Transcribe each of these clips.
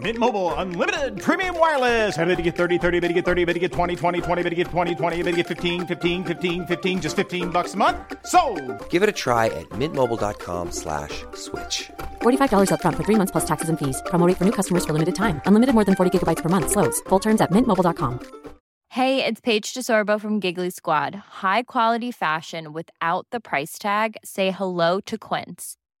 Mint Mobile unlimited premium wireless. Ready to get 30, 30, bet you get 30, bet you get 20, 20, 20, bet you get 20, 20, bet you get 15, 15, 15, 15 just 15 bucks a month. So, Give it a try at mintmobile.com slash switch. $45 upfront for three months plus taxes and fees. Promo rate for new customers for limited time. Unlimited more than 40 gigabytes per month. Slows. Full terms at mintmobile.com. Hey, it's Paige DeSorbo from Giggly Squad. High quality fashion without the price tag. Say hello to Quince.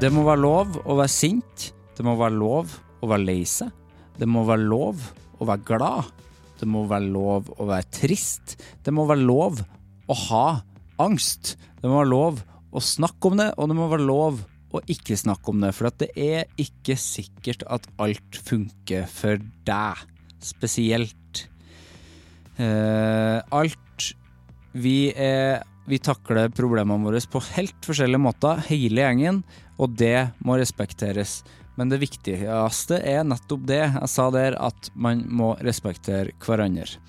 Det må være lov å være sint. Det må være lov å være lei seg. Det må være lov å være glad. Det må være lov å være trist. Det må være lov å ha angst. Det må være lov å snakke om det, og det må være lov å ikke snakke om det. For at det er ikke sikkert at alt funker for deg, spesielt. Eh, alt vi, er, vi takler problemene våre på helt forskjellige måter, hele gjengen, og det må respekteres. Men det viktigste er nettopp det jeg sa der, at man må respektere hverandre.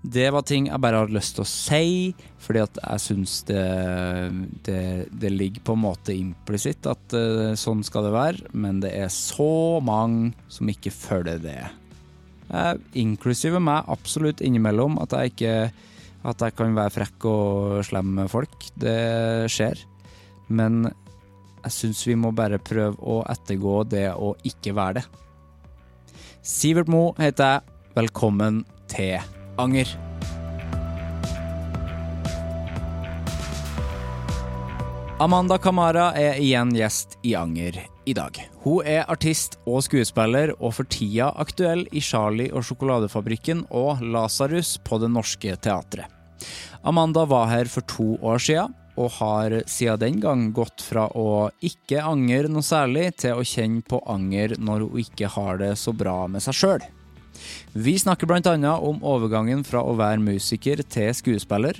Det var ting jeg bare hadde lyst til å si, fordi at jeg syns det, det, det ligger på en måte implisitt at eh, sånn skal det være, men det er så mange som ikke følger det. Eh, inklusive meg, absolutt innimellom, at jeg ikke At jeg kan være frekk og slem med folk. Det skjer. Men jeg syns vi må bare prøve å ettergå det å ikke være det. Sivert Mo heter jeg. Velkommen til Anger. Amanda Kamara er igjen gjest i Anger i dag. Hun er artist og skuespiller, og for tida aktuell i Charlie og sjokoladefabrikken og Lasarus på Det Norske Teatret. Amanda var her for to år sia, og har siden den gang gått fra å ikke angre noe særlig, til å kjenne på anger når hun ikke har det så bra med seg sjøl. Vi snakker bl.a. om overgangen fra å være musiker til skuespiller,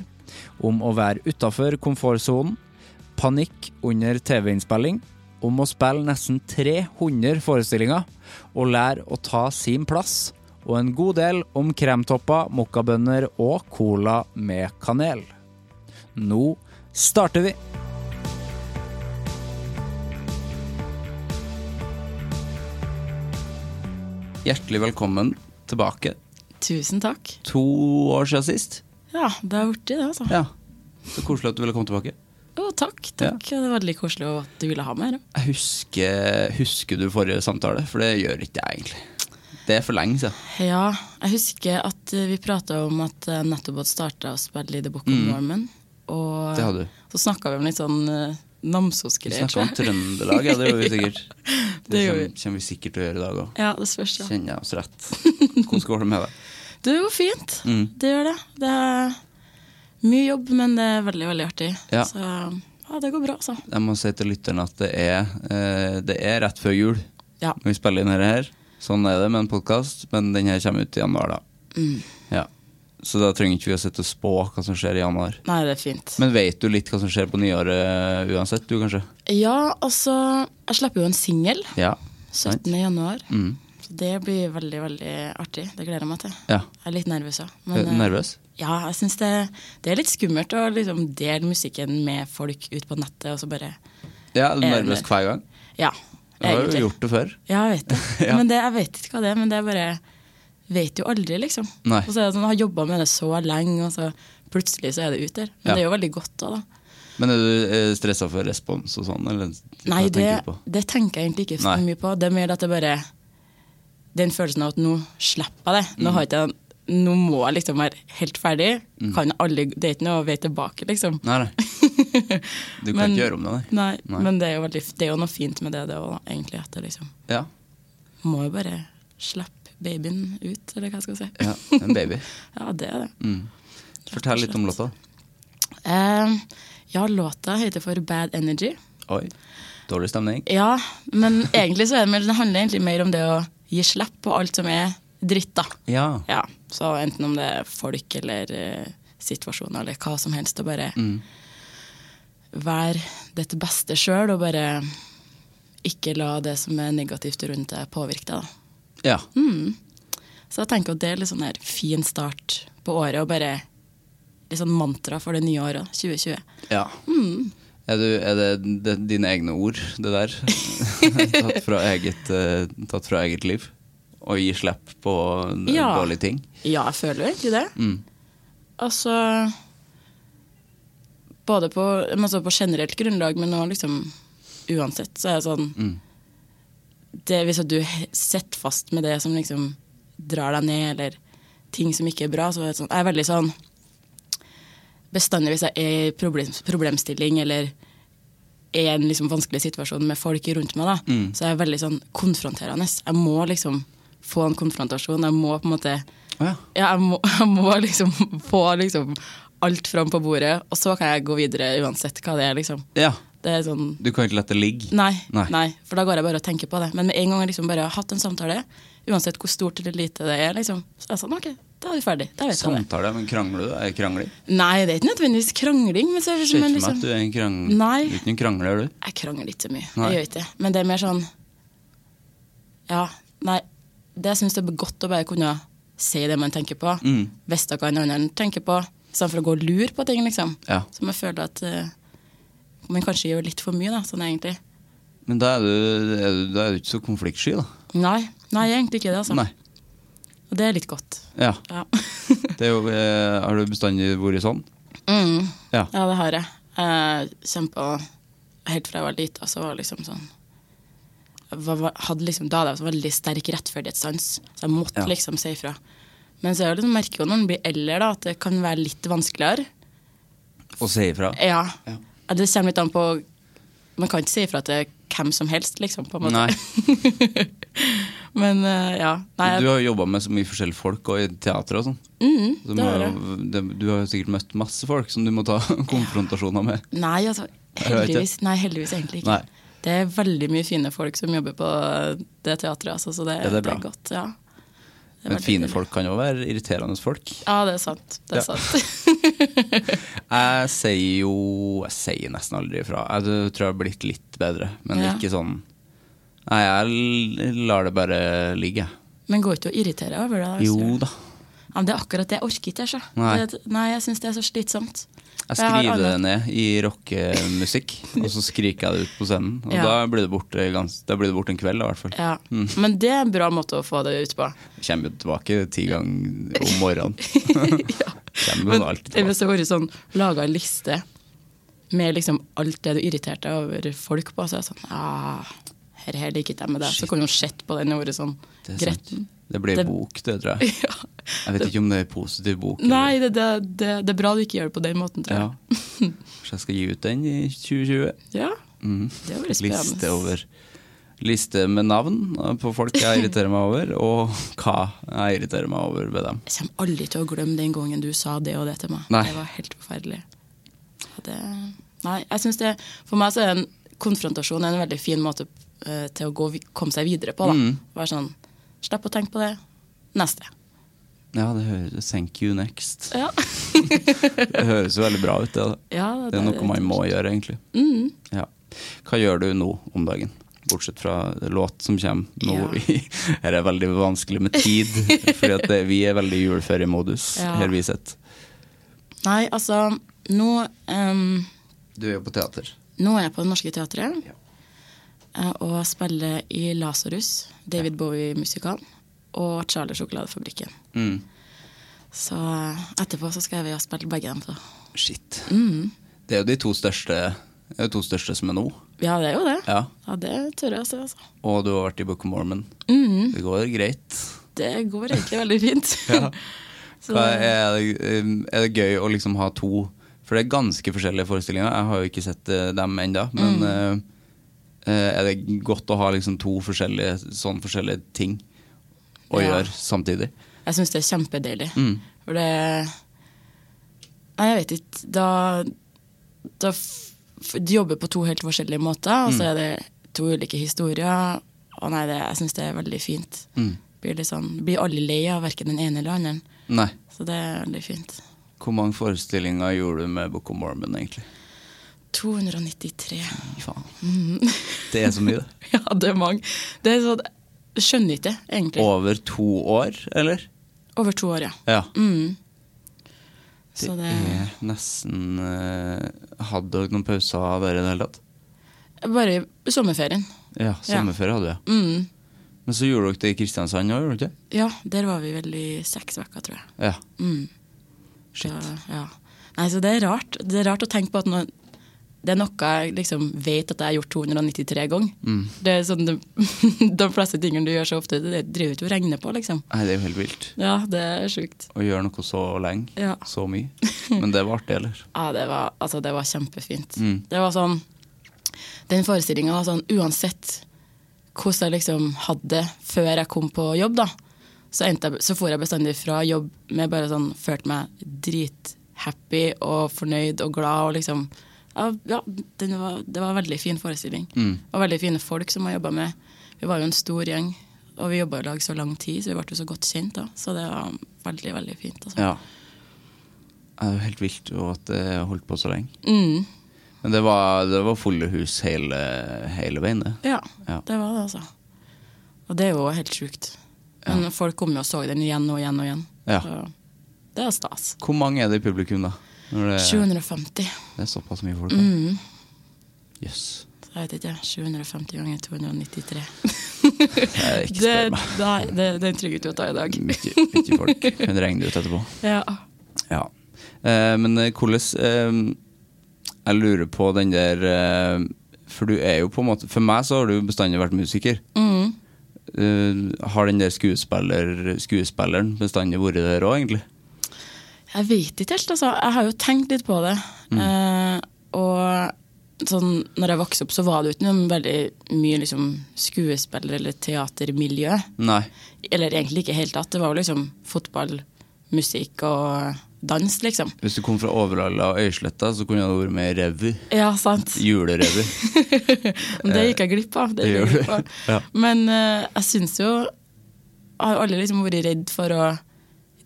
om å være utafor komfortsonen, panikk under TV-innspilling, om å spille nesten 300 forestillinger og lære å ta sin plass, og en god del om kremtopper, mokkabønner og cola med kanel. Nå starter vi! Hjertelig velkommen tilbake. Tusen takk. To år siden sist. Ja, det har blitt det, altså. Ja. Så koselig at du ville komme tilbake. Å, takk. takk. Det var veldig koselig at du ville ha meg. Da. Jeg husker, husker du forrige samtale? For det gjør ikke jeg egentlig. Det er for lenge siden. Ja, jeg husker at eh, vi prata om at jeg nettopp hadde starta å spille i The Book of Mormon. Og Det hadde du. så snakka vi om litt sånn eh, Vi Namsos-greier. snakka om tror jeg. Trøndelag, ja, det gjorde vi sikkert. Det, det gjorde kommer, kommer vi sikkert til å gjøre i dag òg. Ja, det spørs, ja. Kjenner jeg oss rett. Hvordan går det med deg? Det går fint. Mm. Det gjør det. Det er mye jobb, men det er veldig, veldig artig. Ja. Så ja, det går bra, altså. Jeg må si til lytterne at det er, eh, det er rett før jul Ja. når vi spiller inn dette her. Sånn er det med en podkast, men den her kommer ut i januar, da. Mm. Ja. Så da trenger ikke vi å sitte og spå hva som skjer i januar. Nei, det er fint. Men vet du litt hva som skjer på nyåret eh, uansett, du kanskje? Ja, altså, jeg slipper jo en singel Ja. 17. januar. Så det blir veldig, veldig artig. Det gleder jeg meg til. Mm. ja. Jeg er litt nervøs òg. Er du nervøs? Ja, jeg synes det, det er litt skummelt å liksom dele musikken med folk ut på nettet, og så bare Ja, er du er nervøs nervøs. hver gang? Ja, Du har jo egentlig. gjort det før. Ja, jeg vet det. Ja. Men det, jeg vet ikke hva det er, men det er bare vet jo aldri, liksom. Nei. Og så er det sånn, jeg har jobba med det så lenge, og så plutselig så er det ut der. Men Ja. det er jo veldig godt òg, da. Men er du stressa for respons og sånn? Eller, Nei, hva det, tenker du på? det tenker jeg egentlig ikke så Nei. mye på. Det er mer at det bare Den følelsen av at nå slipper jeg Mm. det. Nå, har ikke jeg, nå må jeg liksom være helt ferdig. Kan aldri, det er ikke noe vei tilbake, liksom. Mm. Nei, nei. Du kan Men- ikke gjøre om det, nei. Nei, Nei. Men det er, jo veldig, det er jo noe fint med det, det òg, egentlig. At det liksom Ja, Må jo bare slippe babyen ut, eller hva jeg skal si. ja. En baby. Ja, det er det. Fortell litt om låta. Eh, ja, låta heter for Bad Energy. Oi. Dårlig stemning. Ja, men egentlig så er det, mer- det handler egentlig mer om det å gi slipp på alt som er dritt, da. Ja. Ja, så enten om det er folk eller eh, situasjoner eller hva som helst, og bare være ditt beste sjøl og bare ikke la det som er negativt rundt deg, påvirke deg, da. Ja. Mm. Så jeg tenker at det er litt sånn her fin start på året, og bare litt sånn mantra for det nye året, da, 2020. ja. Mm. Er, du, er det, det dine egne ord, det der? tatt, fra eget, eh, tatt fra eget liv? Og gi slipp på d- Ja. dårlige ting? Ja, jeg føler jo egentlig det. Altså Både på, men altså på generelt grunnlag, men også liksom uansett, så er det sånn det, Hvis at du he- sitter fast med det som liksom drar deg ned, eller ting som ikke er bra, så er det sånn, jeg er veldig sånn Bestandig hvis jeg er i problem, problemstilling eller er i en liksom vanskelig situasjon med folk rundt meg, da, Mm. så er jeg veldig sånn konfronterende. Jeg må liksom få en konfrontasjon. Jeg må på en måte Å ja. ja, jeg må, jeg må liksom få liksom alt fram på bordet, og så kan jeg gå videre uansett hva det er, liksom. ja. Det er sånn Du kan ikke la det ligge? Nei, Nei. nei. for da går jeg bare og tenker på det. Men med en gang jeg liksom bare har hatt en samtale, uansett hvor stort eller lite det er, liksom, så er jeg sånn OK, da er vi ferdig. Da vet jeg det. Samtale, men krangler du? Er det krangling? Nei, det er ikke nødvendigvis krangling, men så er Ser det som ikke en for meg at liksom du er en krangler. Nei. Uten krangler, du. Jeg krangler ikke så mye. Nei. Jeg gjør ikke det. Men det er mer sånn Ja, nei. Det syns jeg er godt å bare kunne si det man tenker på. Mm. Vite hva en annen tenker på, istedenfor å gå og lure på ting, liksom. Ja. Som jeg føler at eh, man kanskje gjør litt for mye, da, sånn egentlig. Men da er du, er du, da er du ikke så konfliktsky, da. Nei, nei, egentlig ikke det, altså. Nei. Og det er litt godt. Ja. Ja, Det er jo, eh, har du bestandig vært sånn? mm. Ja. ja det har jeg. Eh, Kjempa helt fra jeg var lita, så var det liksom sånn jeg var- hadde liksom, Da hadde jeg så veldig sterk rettferdighetssans, så jeg måtte Ja. liksom si ifra. Men så er det liksom, merker jeg jo når man blir eldre, da, at det kan være litt vanskeligere. Å si ifra? Ja. Ja. Ja, Det kommer litt an på Man kan ikke si ifra til hvem som helst, liksom. på en måte. Nei. Men eh, ja. Nei, jeg- Du har jo jobba med så mye forskjellige folk og i teater og sånn. Så Mhm, det må har jeg. jo- det- du har jo sikkert møtt masse folk som du må ta konfrontasjoner med. Nei, altså, Jeg vet ikke. heldigvis, nei, heldigvis egentlig ikke. Nei. Det er veldig mye fine folk som jobber på det teatret, altså, så det, Ja, det er det bra. er godt. Ja. Det er Men veldig fine hyggelig. folk kan jo være irriterende folk. Ja, det er sant. Det er Ja. sant. Jeg sier jo Jeg sier nesten aldri ifra. Jeg tror jeg har blitt litt bedre, men Ja. ikke sånn Nei, jeg l- lar det bare ligge. Men går ikke å irritere over det? da, hvis Jo du- da. Ja, men det er akkurat det jeg orker ikke. Altså. Nei. Det, nei, jeg syns det er så slitsomt. Jeg For har skriver det annet- ned i rockemusikk, og så skriker jeg det ut på scenen. Og Ja. da blir det borte gans- da blir det borte en kveld, i hvert fall. Ja. Men det er en bra måte å få det ut på. Kommer jo tilbake ti ganger om morgenen. Kommer jo Men, alltid eller tilbake. så har det vært sånn, laga en liste med liksom alt det du irriterte deg over folk på. Så er jeg sånn ah, her, her liker ikke jeg med det. Så kunne hun sett på den og vært sånn Det, er sant. gretten. det blir Det- bok, det, tror jeg. Ja. Jeg vet ikke om det er positiv bok. Nei, det, det, det, det er bra du ikke gjør det på den måten, tror eller- Ja. jeg. Kanskje jeg skal gi ut den i 2020. Ja. Det er veldig Liste spennende. over Liste med navn på folk jeg irriterer meg over, og hva jeg irriterer meg over ved dem. Jeg kommer aldri til å glemme den gangen du sa det og det til meg. Nei. Det var helt forferdelig. Og Det, nei, jeg synes det, For meg så er en konfrontasjon en veldig fin måte eh, til å gå, vi- komme seg videre på. Da. Mm. Være sånn Slipp å tenke på det. Neste. Ja, det høres Thank you next. Ja, Det høres jo veldig bra ut, det. da. ja Det er noe man må gjøre, egentlig. Ja. Hva gjør du nå om dagen? Bortsett fra låt som kommer nå. i Her er det veldig vanskelig med tid, for vi er veldig i juleferiemodus Ja. her vi sitter. Nei, altså, nå ehm, Du er jo på teater. Nå er jeg på Det Norske Teatret eh, og spiller i Lasarus, David Bowie-musikalen. og Charlie Sjokoladefabrikken. Mm. Så eh, etterpå så skal vi ha spilt begge dem. Så. Shit. Det er jo de to største, det er jo to største som er nå. Ja, det er jo det. Ja. det tør jeg å si, altså. Og du har vært i Book of Mormon. Det går greit. Det går egentlig veldig fint. Så- Hva er, det, um, er det gøy å liksom ha to For det er ganske forskjellige forestillinger. Jeg har jo ikke sett eh, dem ennå. Men eh, eh, er det godt å ha liksom to forskjellige sånn forskjellige ting å Ja. gjøre samtidig? Jeg syns det er kjempedeilig. Mm. For det Nei, jeg vet ikke. Da, da f- f- De jobber på to helt forskjellige måter, og så Mm. er det to ulike historier. Og nei, det, jeg syns det er veldig fint. Mm. Blir, litt sånn, blir alle lei av verken den ene eller den andre. Nei. Så det er veldig fint. Hvor mange forestillinger gjorde du med Book of Mormon, egentlig? 293. Fy faen. Det er så mye, det. Ja, det er mange. Det er sånn jeg Skjønner ikke, egentlig. Over to år, eller? Over to år, ja. Ja. Så Det det er nesten eh, Hadde dere noen pauser av dere i det hele tatt? Bare i sommerferien. Ja, sommerferie hadde jeg. Men så gjorde dere det i Kristiansand òg, gjorde dere ikke? Ja, der var vi vel i seks uker, tror jeg. Ja. Så, ja. Nei, så det er rart. Det er rart å tenke på at nå, det er noe jeg liksom vet at jeg har gjort 293 ganger. Det er sånn, de, de fleste tingene du gjør så ofte, det driver du ikke og regner på, liksom. Nei, det er jo helt vilt Ja, det er sjukt. å gjøre noe så lenge. Ja. Så mye. Men det var artig, eller? Ja, det var, altså, det var kjempefint. Det var sånn Den forestillinga var sånn uansett hvordan jeg liksom hadde det før jeg kom på jobb, da, så, endte jeg, så for jeg bestandig fra jobb med bare sånn Følte meg drithappy og fornøyd og glad og liksom Ja, ja den var, det var en veldig fin forestilling. Og veldig fine folk som jeg jobba med. Vi var jo en stor gjeng, og vi jobba i lag så lang tid, så vi ble jo så godt kjent da. Så det var veldig, veldig fint. Altså. Ja. Det er jo helt vilt og at det holdt på så lenge. Men det var, det var fulle hus hele, hele veien, det. Ja, Ja. det var det, altså. Og det er jo helt sjukt. Men folk kom jo og så den igjen og igjen og igjen. Ja. Så det er stas. Hvor mange er det i publikum, da? Når det, 750. det er såpass mye folk der. Jøss. Så Jeg vet ikke, 750 ganger Jeg 293. Ikke Det, spør meg. nei, det, den trygger du å ta i dag. Mye, mye folk. Men det regner ut etterpå. Ja. Ja. Eh, men eh, hvordan eh, Jeg lurer på den der eh, For du er jo på en måte For meg så har du bestandig vært musiker. Eh, har den der skuespiller, skuespilleren bestandig vært der òg, egentlig? Jeg vet ikke helt, altså. Jeg har jo tenkt litt på det. Mm. Eh, og sånn, når jeg vokste opp, så var det jo ikke noe veldig mye liksom, skuespiller- eller teatermiljø. Nei. Eller egentlig ikke helt tatt. Det var jo liksom fotball, musikk og dans, liksom. Hvis du kom fra Overhalla og Øysletta, så kunne du vært med i revy. Ja, sant. Julerevy. Men det gikk jeg glipp av. Det eh, det gikk jeg gjør glipp av. du. Ja. Men eh, jeg syns jo Jeg har jo aldri liksom vært redd for å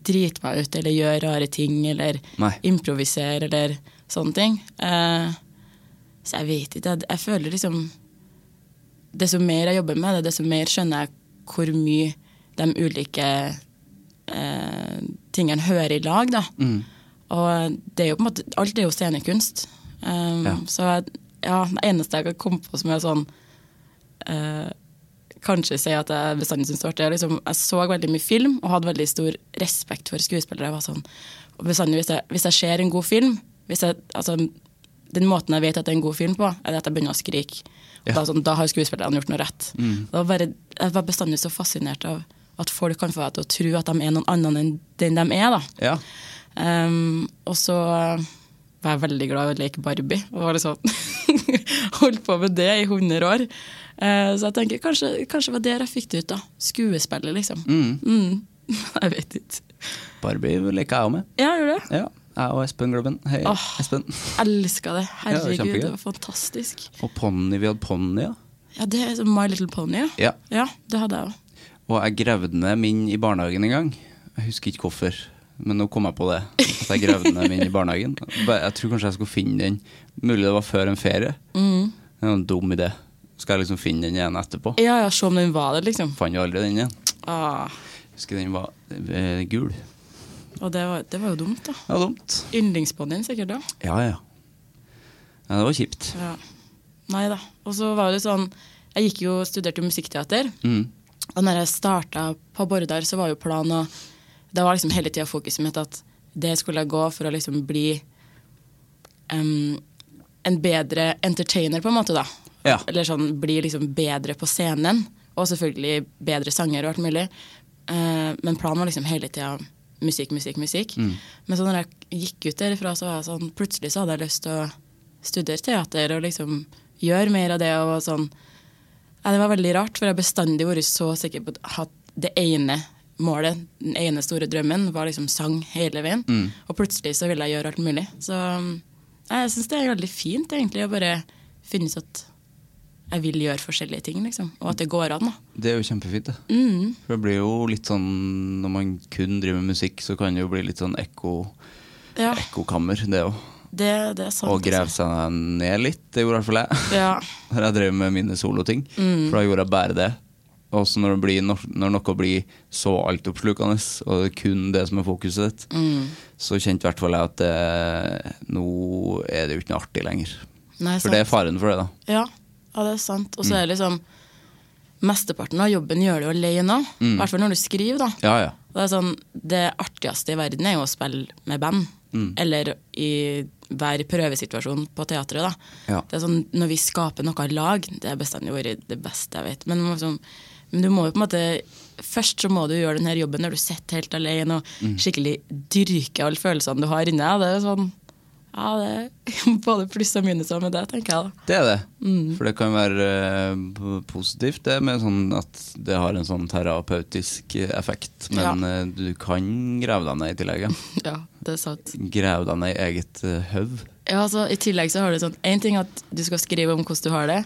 drite meg ut eller gjøre rare ting eller Nei. improvisere eller sånne ting. Eh, så jeg vet ikke. Jeg, jeg føler liksom Desto mer jeg jobber med det, desto mer skjønner jeg hvor mye de ulike eh, tingene hører i lag. Da. Mm. Og det er jo på en måte, alt er jo scenekunst. Um, Ja. Så jeg- ja, det eneste jeg kan komme på som er sånn eh, Kanskje si at jeg bestandig syns det var artig. Jeg, liksom, jeg så veldig mye film og hadde veldig stor respekt for skuespillere. Jeg var sånn, og bestandig hvis jeg, hvis jeg ser en god film hvis jeg, altså, Den måten jeg vet at det er en god film på, er det at jeg begynner å skrike. Og Da, er det sånn, da har skuespillerne gjort noe rett. Det var bare, jeg var bestandig så fascinert av at folk kan få deg til å tro at de er noen annen enn den de er. da. Ja. Ehm, og så var jeg veldig glad i å leke Barbie, og var liksom holdt på med det i 100 år. Eh, så jeg tenker kanskje, kanskje det var der jeg fikk det ut, da. Skuespillet, liksom. Mm. jeg vet ikke. Barbie leker jeg òg med. Ja, gjør det? Ja. Jeg og Espen Globben. Hei, Åh. Espen. Elska det. Herregud, kjempegøy. det var fantastisk. Og ponni. Vi hadde ponni, ja. Ja, det er som My Little Pony. Ja. ja det hadde jeg òg. Og jeg gravde ned min i barnehagen en gang. Jeg husker ikke hvorfor, men nå kom jeg på det. At jeg gravde ned min i barnehagen. Bare- Jeg tror kanskje jeg skulle finne den. Mulig det var før en ferie. Det er jo en dum idé. Skal jeg liksom finne den igjen etterpå? Ja, ja, se om den var der, liksom. Fant jo aldri den igjen. Ah, Husker den var eh, gul. Det og det var, det var jo dumt, da. var dumt. Yndlingsponnien sikkert, da. Ja, ja. ja det var kjipt. Ja. Nei da. Og så var det sånn Jeg gikk jo studerte jo musikkteater. Og når jeg starta på Bordar, så var jo planen å Det var liksom hele tida fokuset mitt at det skulle jeg gå for å liksom bli em, en bedre entertainer, på en måte, da. Ja. Eller sånn bli liksom bedre på scenen. Og selvfølgelig bedre sanger og alt mulig. Eh, men planen var liksom hele tida musikk, musikk, musikk. Men så når jeg gikk ut derifra, så var jeg sånn Plutselig så hadde jeg lyst til å studere teater og liksom gjøre mer av det og sånn ja, det var veldig rart, for jeg har bestandig vært så sikker på at det ene målet, den ene store drømmen, var liksom sang hele veien. Mm. Og plutselig så ville jeg gjøre alt mulig. Så ja, jeg syns det er veldig fint, egentlig, å bare finne ut at jeg vil gjøre forskjellige ting, liksom. Og at det går an, da. Det er jo kjempefint, det. For det blir jo litt sånn Når man kun driver med musikk, så kan det jo bli litt sånn ekko, Ja, ekkokammer, det òg. det, det er sant. altså. Og grave seg ned litt. Det gjorde i hvert fall jeg. Ja. Når jeg drev med mine soloting. For da gjorde jeg bare det. Og så når, det blir, når, når noe blir så altoppslukende, og det er kun det som er fokuset ditt, så kjente i hvert fall jeg at det, nå er det jo ikke noe artig lenger. Nei, For det sant. er Mm. faren for det, da. Ja, ja det er sant. Og så er det liksom Mesteparten av jobben gjør du alene òg. Mm. I hvert fall når du skriver, da. Ja, ja. Og Det, er sånn, det artigste i verden er jo å spille med band. Eller i hver prøvesituasjon på teatret. Da. Ja. Det er sånn, når vi skaper noe i lag, det har bestandig vært det beste jeg vet. Men, man må liksom, men du må jo på en måte Først så må du gjøre denne jobben når du sitter helt alene og skikkelig dyrke alle følelsene du har inni deg. Det er sånn Ja, det er både pluss og minuser med det, tenker jeg. da. Det er det. Mm. For det kan være eh, p- positivt, det med sånn at det har en sånn terapeutisk eh, effekt. Men Ja. eh, du kan grave deg ned i tillegg. Ja. Ja, det er sant. Grave deg ned i eget eh, høv. Ja, altså, I tillegg så har du sånn Én ting at du skal skrive om hvordan du har det,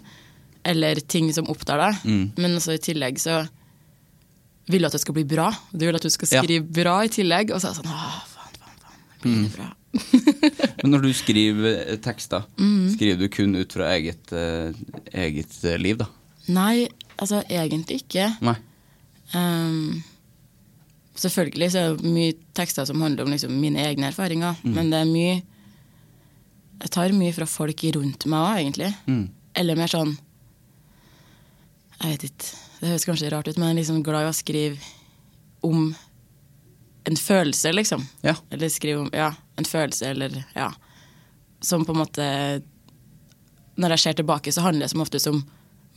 eller ting som opptar deg, men også i tillegg så vil du at det skal bli bra. Du vil at du skal Ja. skrive bra i tillegg, og så er det sånn Åh, faen, faen, faen. Blir det bra? Men når du skriver eh, tekster, Mm. skriver du kun ut fra eget, eh, eget eh, liv, da? Nei, altså egentlig ikke. Nei. Ehm, selvfølgelig så er det mye tekster som handler om liksom mine egne erfaringer, men det er mye Jeg tar mye fra folk rundt meg òg, egentlig. Eller mer sånn Jeg vet ikke, det høres kanskje rart ut, men jeg er liksom glad i å skrive om en følelse, liksom. Ja. Eller skrive om ja, en følelse, eller ja. Som på en måte Når jeg ser tilbake, så handler det som oftest om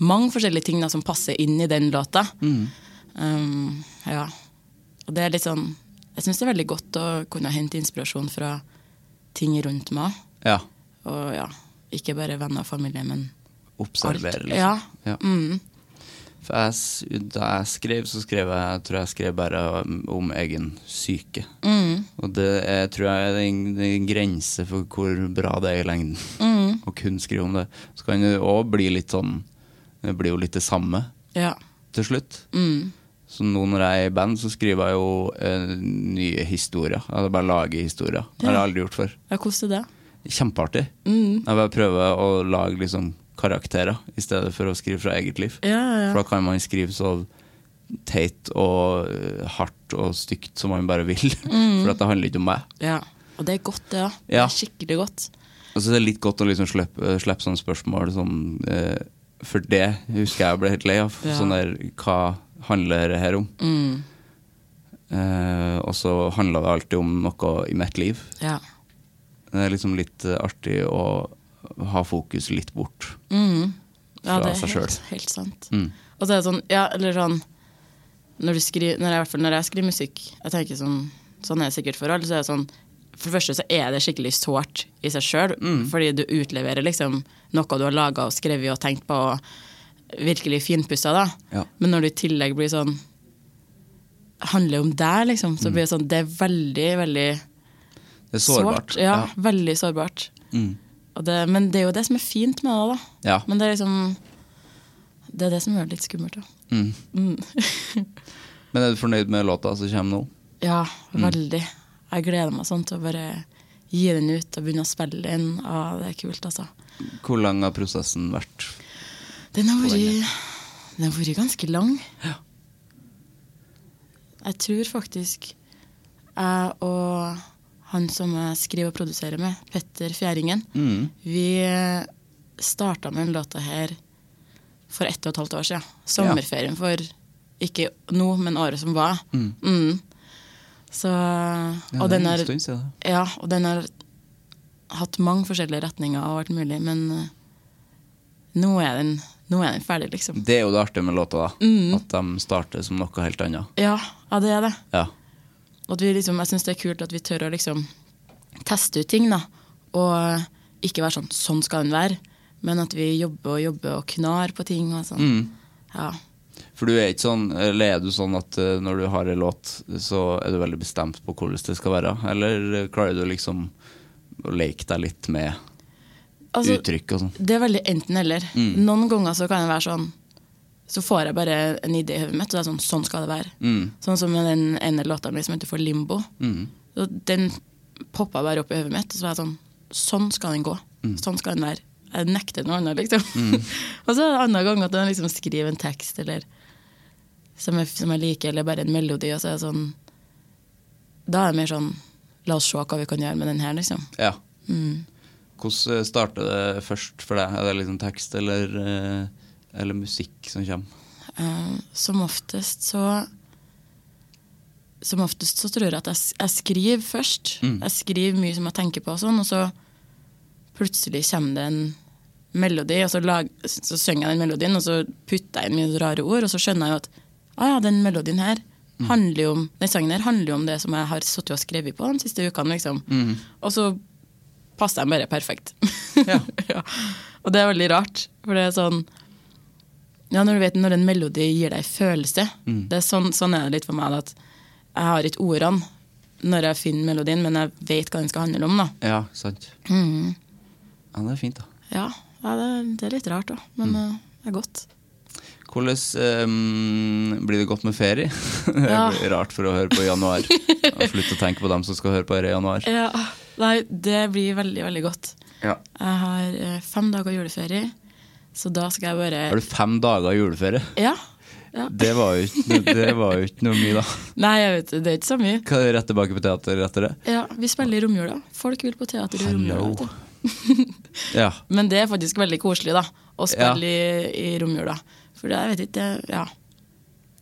mange forskjellige ting da, som passer inn i den låta. Um, ja. Og det er litt sånn Jeg syns det er veldig godt å kunne hente inspirasjon fra ting rundt meg. ja. Og ja, ikke bare venner og familie, men Observere, Alt. liksom. Ja. Mm. For jeg, s- da jeg skrev, så skrev jeg tror jeg skrev bare um, om egen syke. Mm. Og det er, tror jeg er en, en grense for hvor bra det er i lengden Mm. å kun skrive om det. Så kan det òg bli litt sånn Det blir jo litt det samme ja. mm. til slutt. Så nå når jeg er i band, så skriver jeg jo eh, nye historier. Jeg bare lager historier. Det har jeg aldri gjort før. ja Mm. hvordan er det? Kjempeartig. Jeg bare prøver å lage liksom karakterer i stedet for å skrive fra eget liv. Ja, ja, ja. For da kan man skrive så teit og eh, hardt og stygt som man bare vil. Mm. For at det handler ikke om meg. Ja. Og det er godt, det òg. Ja. Skikkelig godt. Og så er det litt godt å liksom slippe, slippe sånne spørsmål som eh, For det husker jeg jeg ble helt lei av. Ja. Mm. Sånn der Hva handler dette her om? Eh, og så handla det alltid om noe i mitt liv. Ja. Det er liksom litt eh, artig å ha fokus litt bort. Mm. Ja, fra det er seg helt, selv. Mm. helt sant. Og så er det sånn, ja, eller sånn Når, du skriver, når, jeg, i hvert fall når jeg skriver musikk, jeg tenker sånn Sånn er det sikkert for alle. Så er det sånn, for det første så er det skikkelig sårt i seg sjøl, Mm. fordi du utleverer liksom noe du har laga og skrevet og tenkt på og virkelig finpussa, da. Ja. Men når du i tillegg blir sånn Handler om deg, liksom, Mm. så blir det sånn Det er veldig, veldig Det er sårbart. sårbart. Ja, Mm. veldig sårbart. Og det, men det er jo det som er fint med det, da. Ja. Men det er liksom Det er det som gjør det litt skummelt, da. Men er du fornøyd med låta som kommer nå? Ja, veldig. Jeg gleder meg sånn til å bare gi den ut og begynne å spille den. Ah, det er kult, altså. Hvor lang har prosessen vært? Den har vært Den har vært ganske lang. Jeg tror faktisk jeg og han som jeg skriver og produserer med, Petter Fjæringen, vi starta med den låta her for ett og et halvt år siden. Sommerferien for Ikke nå, men året som var. Mm. Så, og den er Ja, og den har hatt mange forskjellige retninger og vært mulig, men eh, nå er den, nå er den ferdig, liksom. Det er jo det artige med låta, da. Mm. At de starter som noe helt annet. Ja, ja det er det. Ja. Og at vi liksom, jeg syns det er kult at vi tør å liksom teste ut ting, da. Og ikke være sånn 'sånn skal den være', men at vi jobber og jobber og knar på ting. og sånn. Ja. For du er ikke sånn, eller er du sånn at eh, når du har en låt, så er du veldig bestemt på hvordan det skal være? Eller eh, klarer du liksom å leke deg litt med Altså, uttrykk og sånn? Det er veldig enten-eller. Noen ganger så kan det være sånn Så får jeg bare en idé i hodet mitt, og det er sånn sånn skal det være. Sånn som med den ene låta mi som heter For limbo. Så den poppa bare opp i hodet mitt, og så var jeg sånn Sånn skal den gå. Sånn skal den være. Jeg nekter noe annet, liksom. og så er det andre ganger at jeg liksom skriver en tekst eller som jeg, som jeg liker, eller bare en melodi, og så er det sånn Da er det mer sånn La oss se hva vi kan gjøre med den her, liksom. Ja. Mm. Hvordan eh, starter det først for deg? Er det liksom tekst eller, eh, eller musikk som kommer? Eh, som oftest så Som oftest så tror jeg at jeg, s- jeg skriver først. Jeg skriver mye som jeg tenker på, og sånn, og så plutselig kommer det en melodi, og så, lag, så synger jeg den melodien, og så putter jeg inn mye rare ord, og så skjønner jeg jo at ah, ja, den melodien her handler jo om Den sangen her handler jo om det som jeg har sittet og skrevet på de siste ukene, liksom. Og så passer jeg bare perfekt. Ja. ja. Og det er veldig rart, for det er sånn ja, når du vet når en melodi gir deg følelse. Mm. Det er sånn, sånn er det litt for meg. da, At jeg har ikke ordene når jeg finner melodien, men jeg vet hva den skal handle om. da. Ja, sant. Mm. Ja, det er fint, da. Ja, ja det, det er litt rart, da. Mm. Men eh, det er godt. Hvordan ehm, blir det godt med ferie? det Ja. blir rart for å høre på i januar. Og Slutt å tenke på dem som skal høre på dette i januar. Ja, Nei, det blir veldig, veldig godt. Ja. Jeg har eh, fem dager juleferie, så da skal jeg bare Har du fem dager juleferie? Ja. ja. Det var jo ikke, det var jo ikke noe mye, da. Nei, jeg vet det er ikke så mye. Hva er det rett tilbake på teater etter det? Ja, Vi spiller i romjula. Folk vil på teater i romjula. Hello. vet du. Ja. Men det er faktisk veldig koselig da å spille i, i romjula. For det- jeg vet ikke det- ja.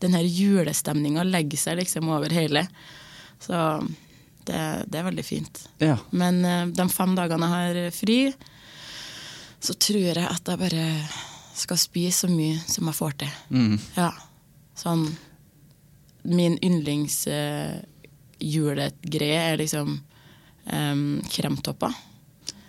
Den her julestemninga legger seg liksom over hele. Så det, det er veldig fint. ja. Men eh, de fem dagene jeg har fri, så tror jeg at jeg bare skal spise så mye som jeg får til. Mm. Ja. Sånn Min yndlings eh, julegreie er liksom um, kremtopper.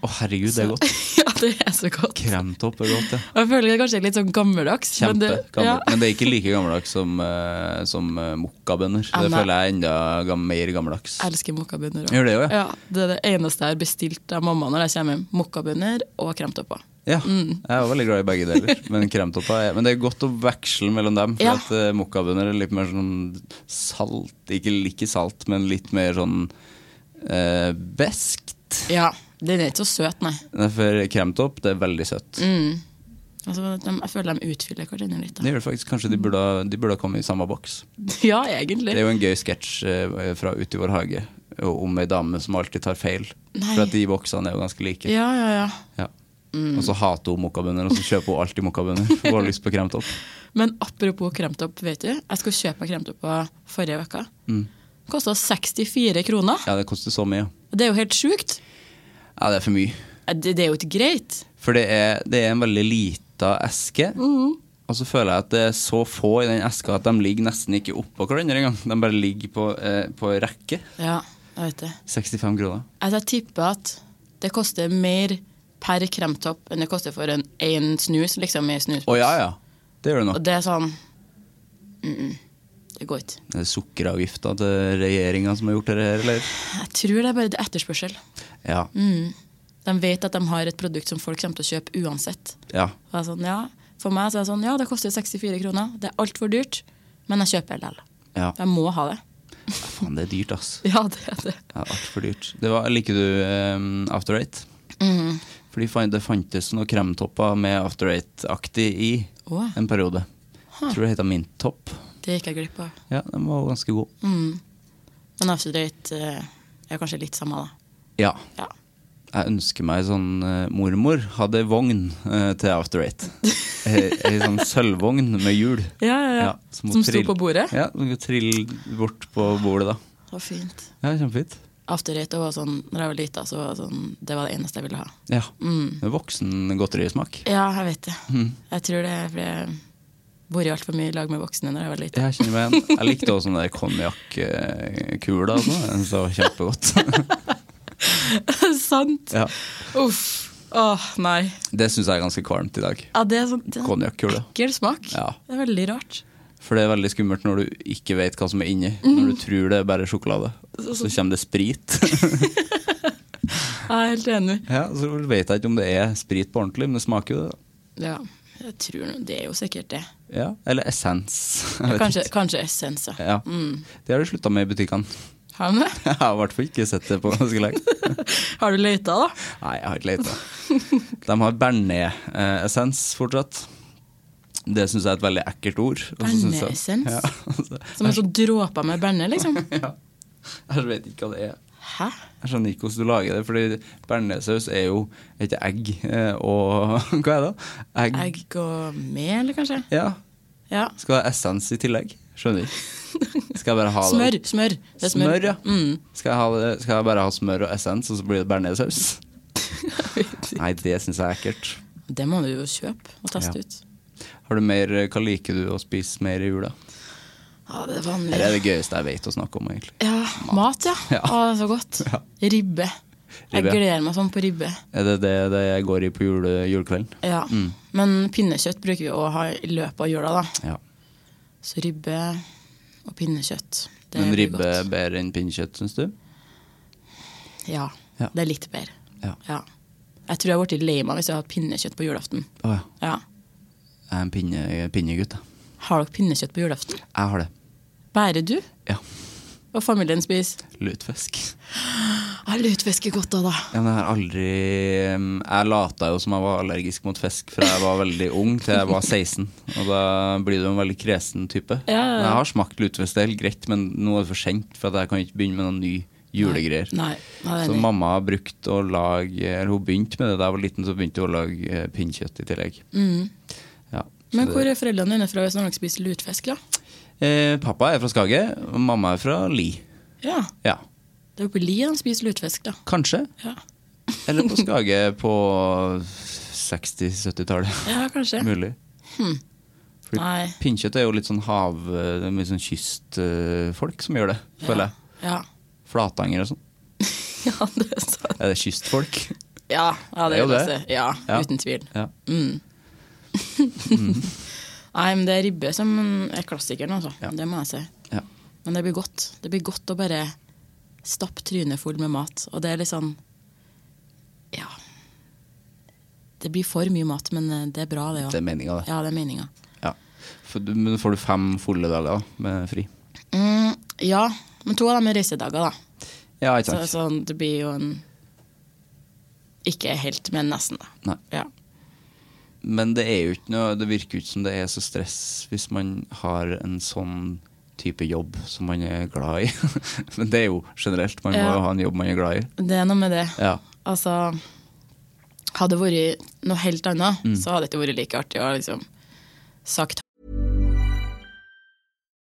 Å, herregud, det er godt. ja, det er så godt. Kremtopp er godt, ja. Og Jeg føler det kanskje er litt sånn gammeldags. Kjempe, men det, ja. gammelt. Men det er ikke like gammeldags som, uh, som eh, mokkabønner. Ah, Det nei. føler jeg er enda gam mer gammeldags. Jeg elsker mokkabønner. også. Gjør det jo, ja. Ja, det er det eneste jeg har bestilt av mamma når jeg kommer hjem. Mokkabønner og kremtopper. Ja, Jeg er jo veldig glad i begge deler. Men kremtoppa er Men det er godt å veksle mellom dem. For Ja. at eh, mokkabønner er litt mer sånn salt Ikke like salt, men litt mer sånn eh, beskt. Ja, den er ikke så søt, nei. For kremtopp, det er veldig søtt. Altså, de, jeg føler de utfyller hverandre litt. Det Da. gjør det faktisk, Kanskje de Mm. burde, ha- de burde ha kommet i samme boks. Ja, Det egentlig. er jo en gøy sketsj eh, fra Ute i vår hage om ei dame som alltid tar feil. Nei. For at de boksene er jo ganske like. Ja, Mm. ja, ja. Ja. Og så hater hun mokkabønner, og så kjøper hun alltid mokkabønner. for Hun har lyst på kremtopp. Men apropos kremtopp, vet du. Jeg skulle kjøpe kremtopper forrige uke. Mm. Kosta 64 kroner. Ja, det koster så mye. Det er jo helt sjukt. Ja, det er for mye. Det, det er jo ikke greit. For det er, det er en veldig lita eske. Mm. Og så føler jeg at det er så få i den eska at de ligger nesten ikke oppå hverandre engang. De bare ligger på, eh, på rekke. Ja, jeg vet det. 65 kroner. Altså, jeg tipper at det koster mer per kremtopp enn det koster for en, en snus, liksom, i snusboks. Å ja, ja. Det gjør det nå. Og det er sånn mm, mm, Det går ikke. Det er Eh, sukkeravgifta til regjeringa som har gjort det her, eller? Jeg tror det er bare etterspørsel. Ja. Mm. De vet at de har et produkt som folk kommer til å kjøpe uansett. ja. Og jeg er sånn, ja. For meg så er det sånn, ja, det koster 64 kroner. Det er altfor dyrt, men jeg kjøper LL. Ja. Jeg må ha det. Faen, det er dyrt, ass. Ja, det er det. Ja, Altfor dyrt. Det var, liker du ehm, After Eight? Mm. Fordi fan- det fantes noen kremtopper med After Eight-aktig i Åh. en periode. Jeg tror det heter Minttopp. Det gikk jeg glipp av. Ja, den var ganske god. Mm. Men After Date eh, er kanskje litt samme, da. Ja. Ja. Jeg ønsker meg sånn eh, Mormor hadde vogn eh, til After Eight. ei ei sånn sølvvogn med hjul. Ja, ja, ja. Ja, hun som sto trill- på bordet. Ja, som kunne trille bort på bordet, da. Det var fint. Ja, Kjempefint. Afterrate var sånn, når jeg var lita, så var det sånn, det var det eneste jeg ville ha. Ja. Med Voksen godterismak. Ja, jeg vet det. Mm. Jeg tror det er fordi jeg bor i altfor mye i lag med voksne når jeg var lita. Jeg kjenner meg igjen. Jeg likte også den der eh, altså. konjakkula. Den så kjempegodt. Sant? Ja. Uff. Åh, nei. Det syns jeg er ganske kvalmt i dag. Ja, det er sånn, det er sånn Konjakkule. ekkel smak. Ja. Det er veldig rart. For det er veldig skummelt når du ikke vet hva som er inni. Når du tror det er bare sjokolade, Mhm. så kommer det sprit. Jeg er helt enig. Ja, Så vet jeg ikke om det er sprit på ordentlig, men det smaker jo det. da. Ja, jeg tror nå- det er jo sikkert det. Ja, Eller essens. Jeg vet Kanskje, ikke. kanskje essens, ja. Ja. Det har du slutta med i butikkene. Har du det? Jeg har Mm. i hvert fall ikke sett det på ganske lenge. Har du leita, da? Nei, jeg har ikke leita. De har bearnés-essens fortsatt. Det syns jeg er et veldig ekkelt ord. og så synes jeg- Bearnésessens? Ja, altså, Som en sånn dråper med berne, liksom? jeg vet ikke hva det er. Hæ? Jeg skjønner ikke hvordan du lager det, fordi bearnéssaus er jo ikke egg eh, og Hva er det? Egg. Egg og mel, kanskje? Ja. Ja. Skal det ha essens i tillegg? Skjønner ikke. Skal jeg bare ha Smør. det? Smør. Mm. Det er Smør, ja. Skal, jeg ha det, skal jeg bare ha smør og essens, og så blir det bearnéssaus? Nei, det syns jeg er ekkelt. Det må du jo kjøpe og teste Ja. ut. Har du mer, eh, Hva liker du å spise mer i jula? Ja, det er Det er vanlig. det gøyeste jeg vet å snakke om, egentlig. Ja, mat, ja. Ja. Å, det er så godt. Ribbe. Jeg Ribbe. gleder meg sånn på ribbe. Er det det det jeg går i på jule, julekvelden? Ja. Men pinnekjøtt bruker vi å ha i løpet av jula, da. Ja. Så ribbe og pinnekjøtt. Det Men blir ribbe er godt. bedre enn pinnekjøtt, syns du? Ja, Ja. det er litt bedre. Ja. Ja. Jeg tror jeg hadde blitt lei meg hvis jeg hadde hatt pinnekjøtt på julaften. Å ja. Ja. Jeg er en pinne, pinnegutt, jeg. Har dere pinnekjøtt på julaften? Jeg har det. Bare du Ja. og familien spiser? Lutfisk. Ah, Lutfisk er godt, da, da. Ja, men jeg har aldri Jeg lata jo som jeg var allergisk mot fisk fra jeg var veldig ung til jeg var 16. Og da blir du en veldig kresen type. ja, ja. Men Jeg har smakt lutfisk, det er helt greit, men nå er det for sent, for at jeg kan ikke begynne med noen ny julegreier. Nei, nei, Så nei. mamma har brukt å lage Eller hun begynte med det da jeg var liten, så begynte hun å lage eh, pinnkjøtt i tillegg. Ja, så Mm. Men det- hvor er foreldrene dine fra hvis dere spiser lutfisk, da? eh, Pappa er fra Skage, og mamma er fra Li. Ja, Ja, Det er jo på Li de spiser lutfisk, da. kanskje. Ja, Eller på Skage på 60-70-tallet. ja kanskje. Mulig. Hm. Nei. Pinnkjøtt er jo litt sånn hav... Det er mye sånn kystfolk som gjør det, føler jeg. Ja. Flatanger og sånn. ja, det er sant. Er det kystfolk? Ja, ja Det er det jo vil jeg det. si. Ja, Ja. uten tvil. Ja. Nei, men det er ribbe som er klassikeren, altså. Ja. Det må jeg si. ja. Men det blir godt. Det blir godt å bare stappe trynet full med mat. Og det er litt sånn Ja. Det blir for mye mat, men eh, det er bra, det òg. Det er meninga, det. Ja, det er meninga. Ja. For du, men får du fem fulle dager da, med fri? Mm, ja, men to av dem er reisedager, da. Ja, Så ikke sant? sånn, det blir jo en Ikke helt, men nesten, da. Nei. Ja. Men det er jo ikke noe Det virker jo ikke som det er så stress hvis man har en sånn type jobb som man er glad i. Men det er jo generelt. Man må Ja. jo ha en jobb man er glad i. Det er noe med det. Ja. Altså, hadde det vært noe helt annet, Mm. så hadde det ikke vært like artig å ha liksom sagt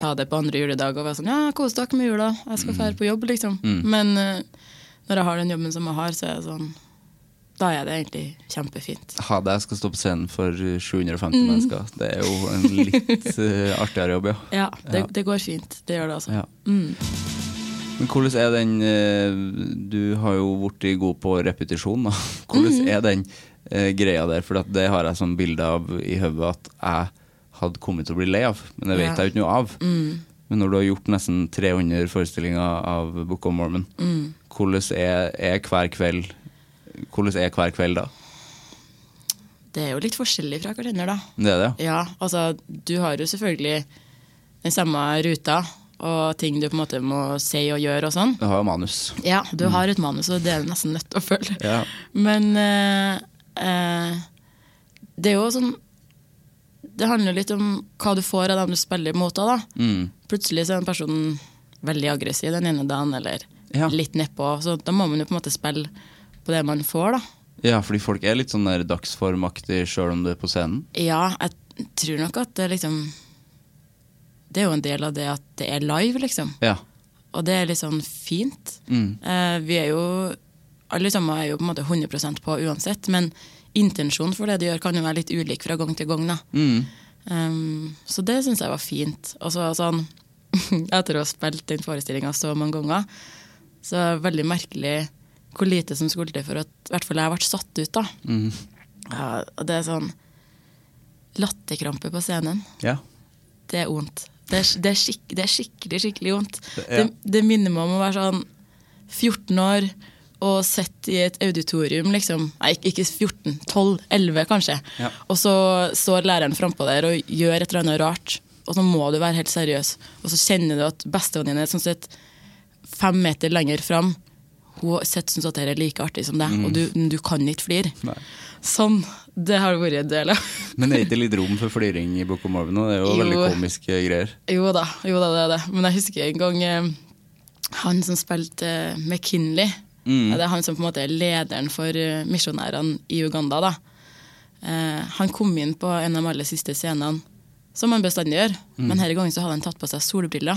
ta det på andre juledag og være sånn Ja, kos dere med jula, Mm. jeg skal dra på jobb, liksom. Men eh, når jeg har den jobben som jeg har, så er jeg sånn Da er det egentlig kjempefint. Ha deg skal stå på scenen for 750 Mm. mennesker. Det er jo en litt eh, artigere jobb, ja. Ja, det, Ja. det går fint. Det gjør det, altså. Ja. Men hvordan er den eh, Du har jo blitt god på repetisjon, da. Hvordan er den eh, greia der? For at det har jeg sånn bilde av i hodet at jeg hadde kommet til å bli lei av, men det vet Ja. jeg jo ikke noe av. Men når du har gjort nesten 300 forestillinger av Book of Mormon, hvordan er, er hver kveld Hvordan er hver kveld da? Det er jo litt forskjellig fra kalender, da. Det er det, ja. Ja, altså du har jo selvfølgelig den samme ruta og ting du på en måte må si og gjøre og sånn. Du har jo manus. Ja, du har et manus, og det er du nesten nødt til å følge. Mm. Ja. Men eh, eh, det er jo sånn Det handler jo litt om hva du får av dem du spiller mot. Da, da. Mm. Plutselig så er en person veldig aggressiv den ene dagen, eller Ja. litt nedpå. Så da må man jo på en måte spille på det man får, da. ja, fordi folk er litt sånn der dagsformaktig sjøl om det er på scenen. Ja, jeg tror nok at det liksom Det er jo en del av det at det er live, liksom. Ja. Og det er litt sånn fint. Eh, vi er jo Alle sammen er jo på en måte 100 på uansett, men intensjonen for det du gjør, kan jo være litt ulik fra gang til gang. da. Um, så det syns jeg var fint. Og så sånn Etter å ha spilt den forestillinga så mange ganger, så er det veldig merkelig hvor lite som skulle til for at i hvert fall jeg ble satt ut, da. Ja, og det er sånn Latterkrampe på scenen ja. det er vondt. Det er, det er, skikk, det er skikkelig, skikkelig vondt. Ja. Det, det minner meg om å være sånn 14 år og sitte i et auditorium, liksom. Nei, ikke- ikke 14, 12, 11 kanskje. Ja. Og så står læreren frampå der og gjør et eller annet rart, og så må du være helt seriøs. Og så kjenner du at bestevenninna di sånn sett fem meter lenger fram, hun sitter og syns at det er like artig som deg, og du, du kan ikke flire. Sånn. Det har vært en del av. Men er det ikke litt rom for fliring i Book of Mormon? og Det er jo, Jo. veldig komiske greier. Jo da, jo da, det er det. Men jeg husker en gang eh, han som spilte eh, McKinley. Det er han som på en måte er lederen for eh, misjonærene i Uganda. da. Eh, han kom inn på en av de aller siste scenene, som han bestandig gjør. Men denne gangen så hadde han tatt på seg solbriller.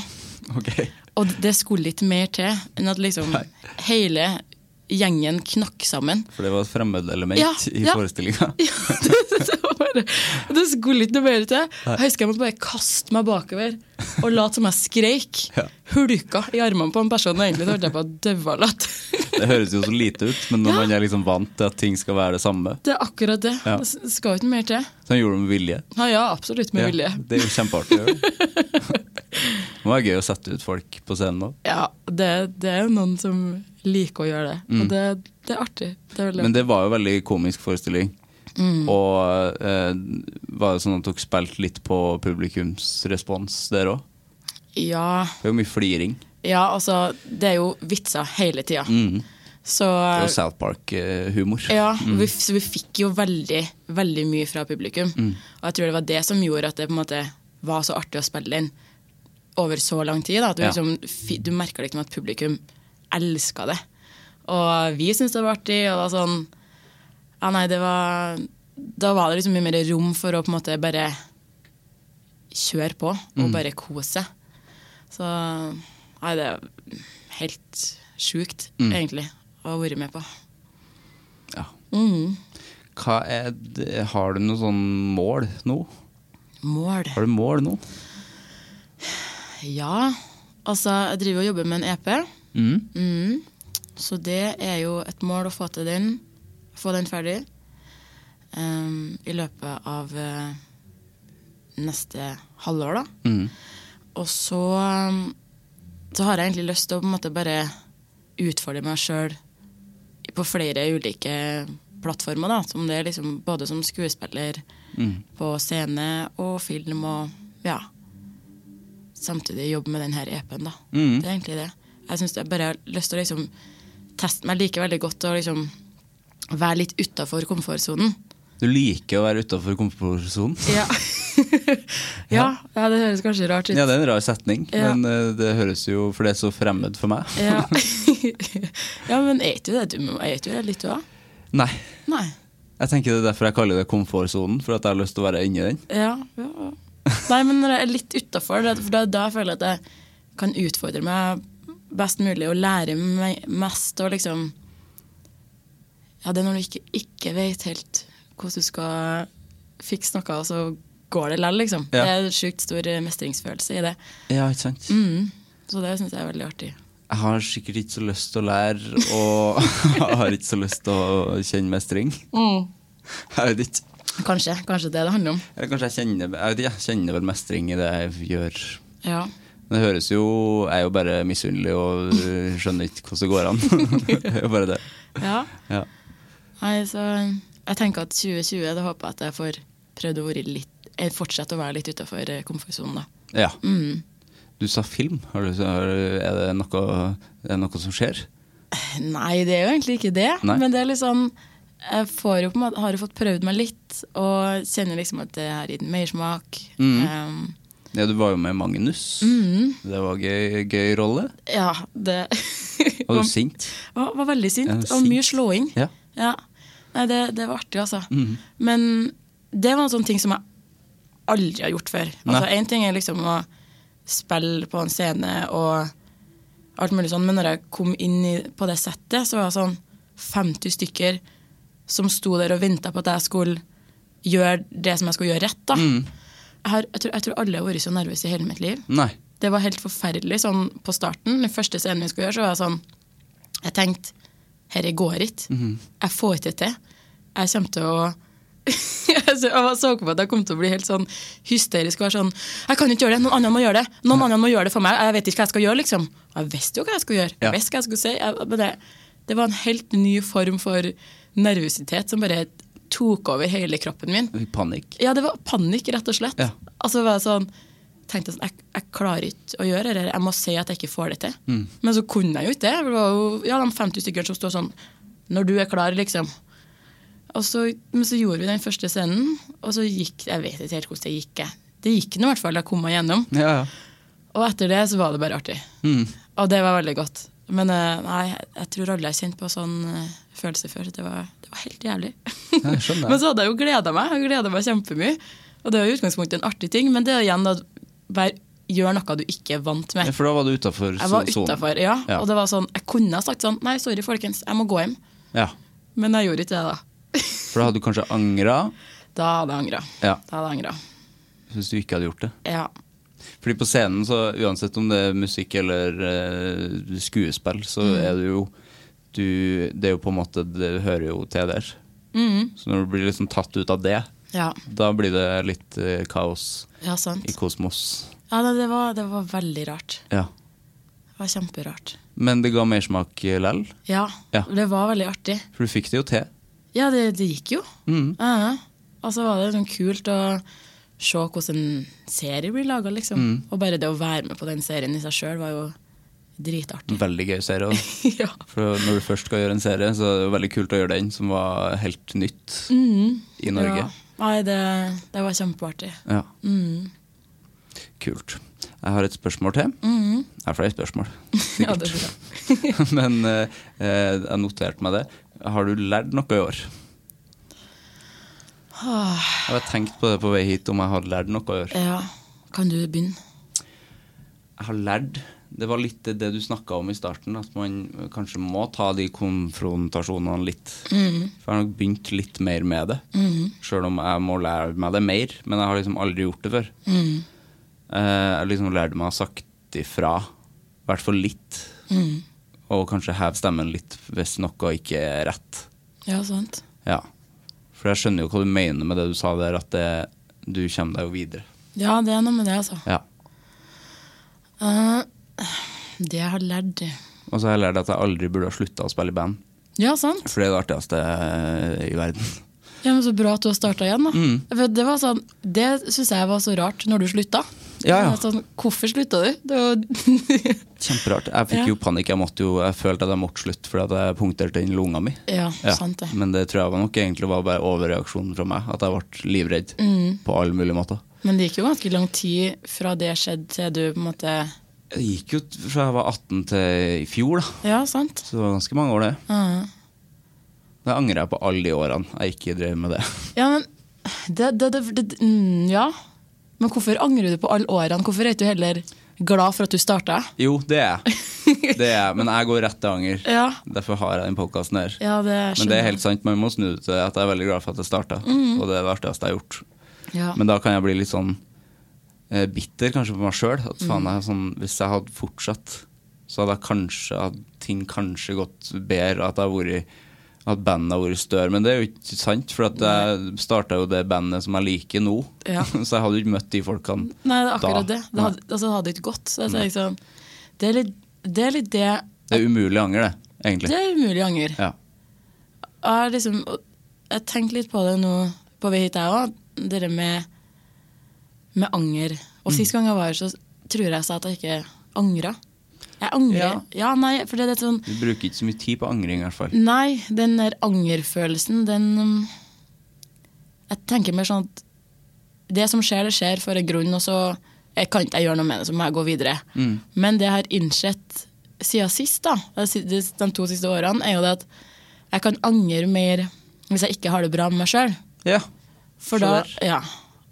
Ok. Og det skulle ikke mer til enn at liksom Nei. hele gjengen knakk sammen. For det var et fremmedelement Ja, i ja. forestillinga. Ja, det, det, var bare, det skulle ikke noe mer til. Jeg husker jeg måtte bare kaste meg bakover og late som jeg skreik. Ja. Hulka i armene på en person, og egentlig så holdt jeg på å daue av latter. Det høres jo så lite ut, men når Ja. man er liksom vant til at ting skal være det samme, Det er akkurat det. Ja. Det s- skal jo ikke mer til. så han gjorde det med vilje. Ja, ja, absolutt med vilje. Ja, det er jo kjempeartig. å gjøre. Det må være gøy å sette ut folk på scenen òg. Ja, det, det er jo noen som liker å gjøre det, og det, det er artig. Det er veldig Mm. Men det var jo veldig komisk forestilling. Mm. Og eh, var det sånn at dere spilte litt på publikumsrespons der òg? ja, Det er jo mye fliring. ja, altså, det er jo vitser hele tida. Så Mm. Det er jo South eh, Park-humor. Ja, vi, så vi fikk jo veldig, veldig mye fra publikum. Og jeg tror det var det som gjorde at det på en måte var så artig å spille inn over så lang tid. Da, at du, Ja. liksom, fi- du merka liksom at publikum elska det. Og vi syntes det var artig, og det var sånn Ja, nei, det var Da var det liksom mye mer rom for å på en måte bare kjøre på og bare kose seg. Så Nei, det er helt sjukt, egentlig, å ha vært med på. Ja. Hva er det, har du noe sånn mål nå? Mål. Har du mål nå? Ja, altså jeg driver og jobber med en EP. Mm. Så det er jo et mål å få til den. Få den ferdig em, i løpet av eh, neste halvår, da. Og så, em, så har jeg egentlig lyst til å på en måte bare utfordre meg sjøl på flere ulike plattformer, da. Som det er liksom både som skuespiller, på scene og film og ja samtidig jobbe med den her EP-en. da. Det er egentlig det. Jeg synes jeg bare har lyst til å liksom teste meg like veldig godt og liksom være litt utafor komfortsonen. Du liker å være utafor komfortsonen. Ja. ja, ja, det høres kanskje rart ut. Ja, det er en rar setning, Ja. men eh, det høres jo For det er så fremmed for meg. ja. ja, men er ikke det du Er ikke det litt du òg? Nei. Nei. Jeg tenker Det er derfor jeg kaller det komfortsonen, for at jeg har lyst til å være inni den. Ja, ja. ja. Nei, men når jeg er litt utafor, for da, da føler jeg at jeg kan utfordre meg best mulig og lære meg mest og liksom Ja, det er når du ikke, ikke vet helt hvordan du skal fikse noe, og så går det likevel, liksom. Ja. Det er en sjukt stor eh, mestringsfølelse i det. Ja, ikke sant? Mm. Så det syns jeg er veldig artig. Jeg har sikkert ikke så lyst til å lære, og jeg har ikke så lyst til å kjenne mestring. Mm. Jeg vet ikke. Kanskje. Kanskje det det handler om. Eller kanskje jeg kjenner, jeg vet ikke, jeg kjenner vel mestring i det jeg gjør. Ja. Men det høres jo Jeg er jo bare misunnelig og skjønner ikke hvordan det går an. Det er jo bare det. ja. Ja. Nei, så jeg tenker at 2020, da håper jeg at jeg får prøvd å være litt eh, Fortsette å være litt utafor komfortsonen, da. ja. Mm. Du sa film. Har du, har, er, det noe, er det noe som skjer? Nei, det er jo egentlig ikke det. Nei. Men det er litt sånn Jeg får jo på en måte, har jo fått prøvd meg litt, og kjenner liksom at det har gitt mersmak. Um, Ja, du var jo med Magnus. Mm. Det var gøy, gøy rolle. ja, det Var du sint? var, var veldig sint, Ja, og sint. mye slåing. Ja. Mhm. Nei, det, det var artig, altså. Men det var en sånn ting som jeg aldri har gjort før. Nei. Altså, Én ting er liksom å spille på en scene og alt mulig sånn, men når jeg kom inn i, på det settet, så var det sånn 50 stykker som sto der og venta på at jeg skulle gjøre det som jeg skulle gjøre rett. da. Mhm. Jeg, har, jeg, tror, jeg tror alle har vært så nervøse i hele mitt liv. Nei. Det var helt forferdelig sånn på starten. Den første scenen vi skulle gjøre, så var jeg sånn Jeg tenkte Herre går ikke. Jeg får ikke det til. Jeg kommer til å jeg så jeg så på at jeg kom til å bli helt sånn hysterisk og være sånn Jeg kan ikke gjøre det! Noen andre må gjøre det! Noen andre må gjøre det for meg! Jeg vet ikke hva jeg skal gjøre, liksom. Og jeg visste jo hva jeg skulle gjøre. Ja. Jeg visste hva jeg skulle si. Jeg, men det, det var en helt ny form for nervøsitet som bare tok over hele kroppen min. I Panikk. Ja, det var panikk, rett og slett. Ja. Altså, det var sånn, tenkte jeg sånn, jeg, jeg klarer ikke å gjøre det, jeg må si at jeg ikke får det til. Mm. Men så kunne jeg jo ikke det. Det var jo ja, de 50 stykkene som stod sånn, når du er klar, liksom. Og så, men så gjorde vi den første scenen, og så gikk, jeg vet ikke helt hvordan det gikk. jeg. Det gikk nå i hvert fall, da kom jeg gjennom. Ja, ja. Og etter det så var det bare artig. Mm. Og det var veldig godt. Men eh, nei, jeg tror alle har kjent på sånn eh, følelse før. så Det var, det var helt jævlig. jeg skjønner. men så hadde jeg jo gleda meg. Jeg gledet meg kjempemye. Og det er jo i utgangspunktet en artig ting, men det er igjen da bare gjør noe du ikke er vant med. Ja, For da var du utafor Jeg var sonen. utafor, ja, Ja. Og det var sånn, jeg kunne ha sagt sånn Nei, sorry, folkens, jeg må gå hjem. Ja. Men jeg gjorde ikke det, da. For da hadde du kanskje angra da hadde jeg angra. Ja. Da hadde jeg angra. hvis du ikke hadde gjort det. Ja. Fordi på scenen, så uansett om det er musikk eller eh, skuespill, så er du jo du, Det er jo på en måte Det hører jo til der. Så når du blir liksom tatt ut av det, Ja, da blir det litt eh, kaos ja sant. i kosmos. Ja, det, det, var, det var veldig rart. Ja. Det var kjemperart. Men det ga mersmak eh, lell, Ja, Ja. det var veldig artig. for du fikk det jo til. Ja, det, det gikk jo. Mm. Ja, ja. Og så var det sånn kult å se hvordan en serie blir laga, liksom. Mm. Og bare det å være med på den serien i seg sjøl var jo dritartig. Veldig gøy serie. også. ja. Mm. For når du først skal gjøre en serie, så er det jo veldig kult å gjøre den som var helt nytt i Norge. Ja. Nei, det, det var kjempeartig. Ja. Mm. Kult. Jeg har et spørsmål til. Jeg har flere spørsmål, Mm. Ja, sikkert. det er bra. Men eh, eh, jeg noterte meg det. Har du lært noe i år? Jeg har tenkt på det på vei hit, om jeg hadde lært noe i år. Ah, Ja. Kan du begynne? Jeg har lært Det var litt det- det du snakka om i starten, at man kanskje må ta de konfrontasjonene litt. For jeg har nok begynt litt mer med det, sjøl om jeg må lære meg det mer. Men jeg har liksom aldri gjort det før. Eh, Jeg liksom lærte meg å sagt ifra, i hvert fall litt. Og kanskje heve stemmen litt hvis noe ikke er rett. Ja, sant. Ja. For jeg skjønner jo hva du mener med det du sa der, at det, du kommer deg jo videre. Ja, det er noe med det, altså. Ja. Eh, det jeg har lært Og så har jeg lært at jeg aldri burde ha slutta å spille i band. Ja, sant. For det er det artigste i verden. Ja, men Så bra at du har starta igjen. da. Mm. For Det, var sånn, det syns jeg var så rart når du slutta. Ja, ja. Det var Sånn, hvorfor slutta du? Det var, Kjemperart. Jeg fikk Ja. jo panikk. Jeg, måtte jo, jeg følte at jeg måtte slutte fordi at jeg punkterte inn lunga mi. ja, sant det. Men det tror jeg var nok egentlig var bare overreaksjonen fra meg. At jeg ble livredd på alle mulige måter. Men det gikk jo ganske lang tid fra det skjedde til du på en måte Det gikk jo t- fra jeg var 18 til i fjor, da. Ja, sant. Så det var ganske mange år, det. Da angrer jeg på alle de årene jeg ikke drev med det. Ja, men det, det, det, det mm, Ja. Men hvorfor angrer du på alle årene? Hvorfor er du ikke heller glad for at du starta? Jo, det er jeg. Det er jeg, men jeg går rett til anger. Ja, Derfor har jeg den podkasten her. ja det skjønner Men det er jeg. helt sant, man må snu det til at jeg er veldig glad for at jeg starta. Og det er det artigste jeg har gjort. ja. Men da kan jeg bli litt sånn eh, bitter kanskje på meg sjøl. Mm. Sånn, hvis jeg hadde fortsatt, så hadde jeg kanskje hadde ting kanskje gått bedre. At, jeg hadde vært, at bandet hadde vært større. Men det er jo ikke sant, for at jeg starta jo det bandet som jeg liker nå. Ja. så jeg hadde jo ikke møtt de folkene. Nei, det er akkurat Da. det. Det hadde, altså, det hadde ikke gått. Så jeg tenker sånn, det, er litt, det er litt det Det er umulig anger, det. Egentlig. Det er umulig anger. Ja. Jeg har liksom, jeg tenkte litt på det nå på vei hit, jeg òg. Det der med, med anger. Og sist gang jeg var her, så tror jeg jeg sa at jeg ikke angra. Jeg angrer. Ja, Ja. nei, for det er litt sånn Du bruker ikke så mye tid på angring, i hvert fall. Nei, den der angerfølelsen, den um, Jeg tenker mer sånn at det som skjer, det skjer for en grunn, og så jeg kan ikke jeg gjøre noe med det, så må jeg gå videre. Men det jeg har innsett siden sist, da, de si- de de to siste årene, er jo det at jeg kan angre mer hvis jeg ikke har det bra med meg sjøl. Ja. For da, Skjønner. ja.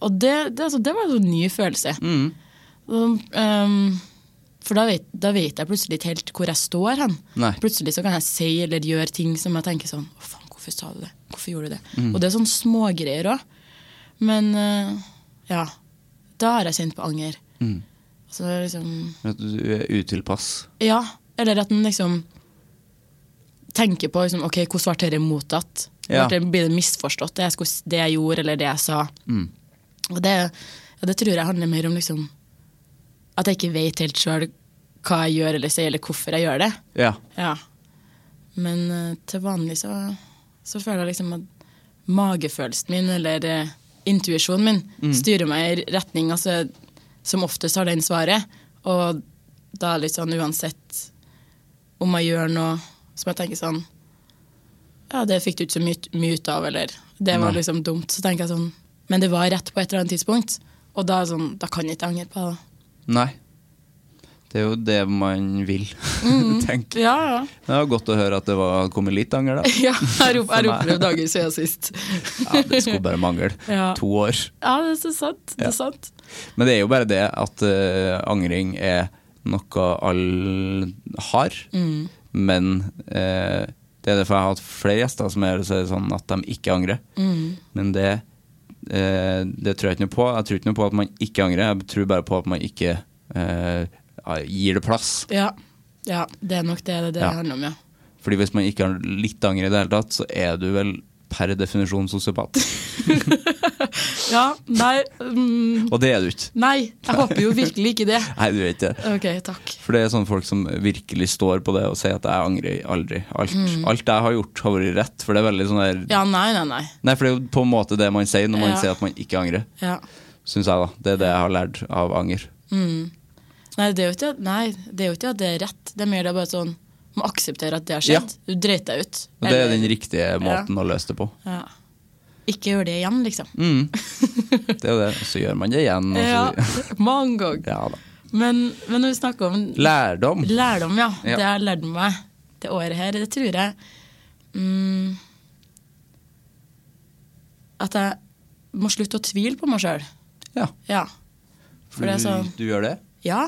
Og det, det, altså, det var en sånn ny følelse. Og, ehm, for da vet, da vet jeg plutselig ikke helt hvor jeg står hen. Nei. Plutselig så kan jeg si eller gjøre ting som jeg tenker sånn Å, faen, hvorfor sa du det? Hvorfor gjorde du det? Og det er sånn smågreier òg. Men eh, ja. Da har jeg kjent på anger. Så det er liksom At du er utilpass. Ja. Eller at en liksom tenker på liksom, ok, hvordan ble dette mottatt. Ja. Ble det- Blir det misforstått, det jeg, skulle, det jeg gjorde eller det jeg sa. Og det, ja, det tror jeg handler mer om liksom, at jeg ikke vet helt sjøl hva jeg gjør eller sier, eller hvorfor jeg gjør det. Ja. Ja. Men eh, til vanlig så, så føler jeg liksom at magefølelsen min eller eh, intuisjonen min Mm. styrer meg i retning. Altså, som oftest har den svaret. Og da er det litt sånn uansett om jeg gjør noe som jeg tenker sånn Ja, det fikk du ikke så mye, mye ut av, eller det var Nei. liksom dumt. Så tenker jeg sånn Men det var rett på et eller annet tidspunkt. Og da, er det sånn, da kan jeg ikke angre på det. Nei. Det er jo det man vil, tenker jeg. Mm. Ja, ja. Det var godt å høre at det var kommet litt anger, da. ja jeg rop- For jeg meg. roper jo dager siden sist. Ja, det skulle bare mangle. Ja. To år. Ja, det er så sant. Det er sant. Men det er jo bare det at eh, angring er noe alle har. Mm. Men eh, det er derfor jeg har hatt flere gjester som er så er det sånn at de ikke angrer. Mm. Men det, eh, det tror jeg ikke noe på. Jeg tror ikke noe på at man ikke angrer, jeg tror bare på at man ikke eh, gir det plass. Ja. ja, det er nok det det, det Ja. handler om, ja. Fordi hvis man ikke har litt anger i det hele tatt, så er du vel per definisjon sosiopat. Ja, nei mm, Og det er du ikke. Nei, jeg håper jo virkelig ikke det. Nei, du er ikke det. Ok, takk. For det er sånne folk som virkelig står på det og sier at jeg angrer aldri. Alt, alt jeg har gjort, har vært rett. For det er veldig sånn der Mm. Ja, nei, nei, nei. Nei, for det er jo på en måte det man sier når man Ja. sier at man ikke angrer. Ja. Syns jeg, da. Det er det jeg har lært av anger. Nei, det er jo ikke, nei, det er jo ikke at det er rett. Det er mer det er bare sånn Må akseptere at det har skjedd. Du dreit deg ut. Og det er Eller- den riktige måten å løse det på. ja. Ikke gjør det igjen, liksom. Mm, Det er jo det. Så gjør man det igjen. Og Ja, så, Mange ganger. ja da. Men, men når vi snakker om Lærdom. Lærdom, ja. Ja. Det jeg har lært meg det året her, det tror jeg mm, At jeg må slutte å tvile på meg sjøl. Ja. Ja. For det er Du, sånn du gjør det? Ja.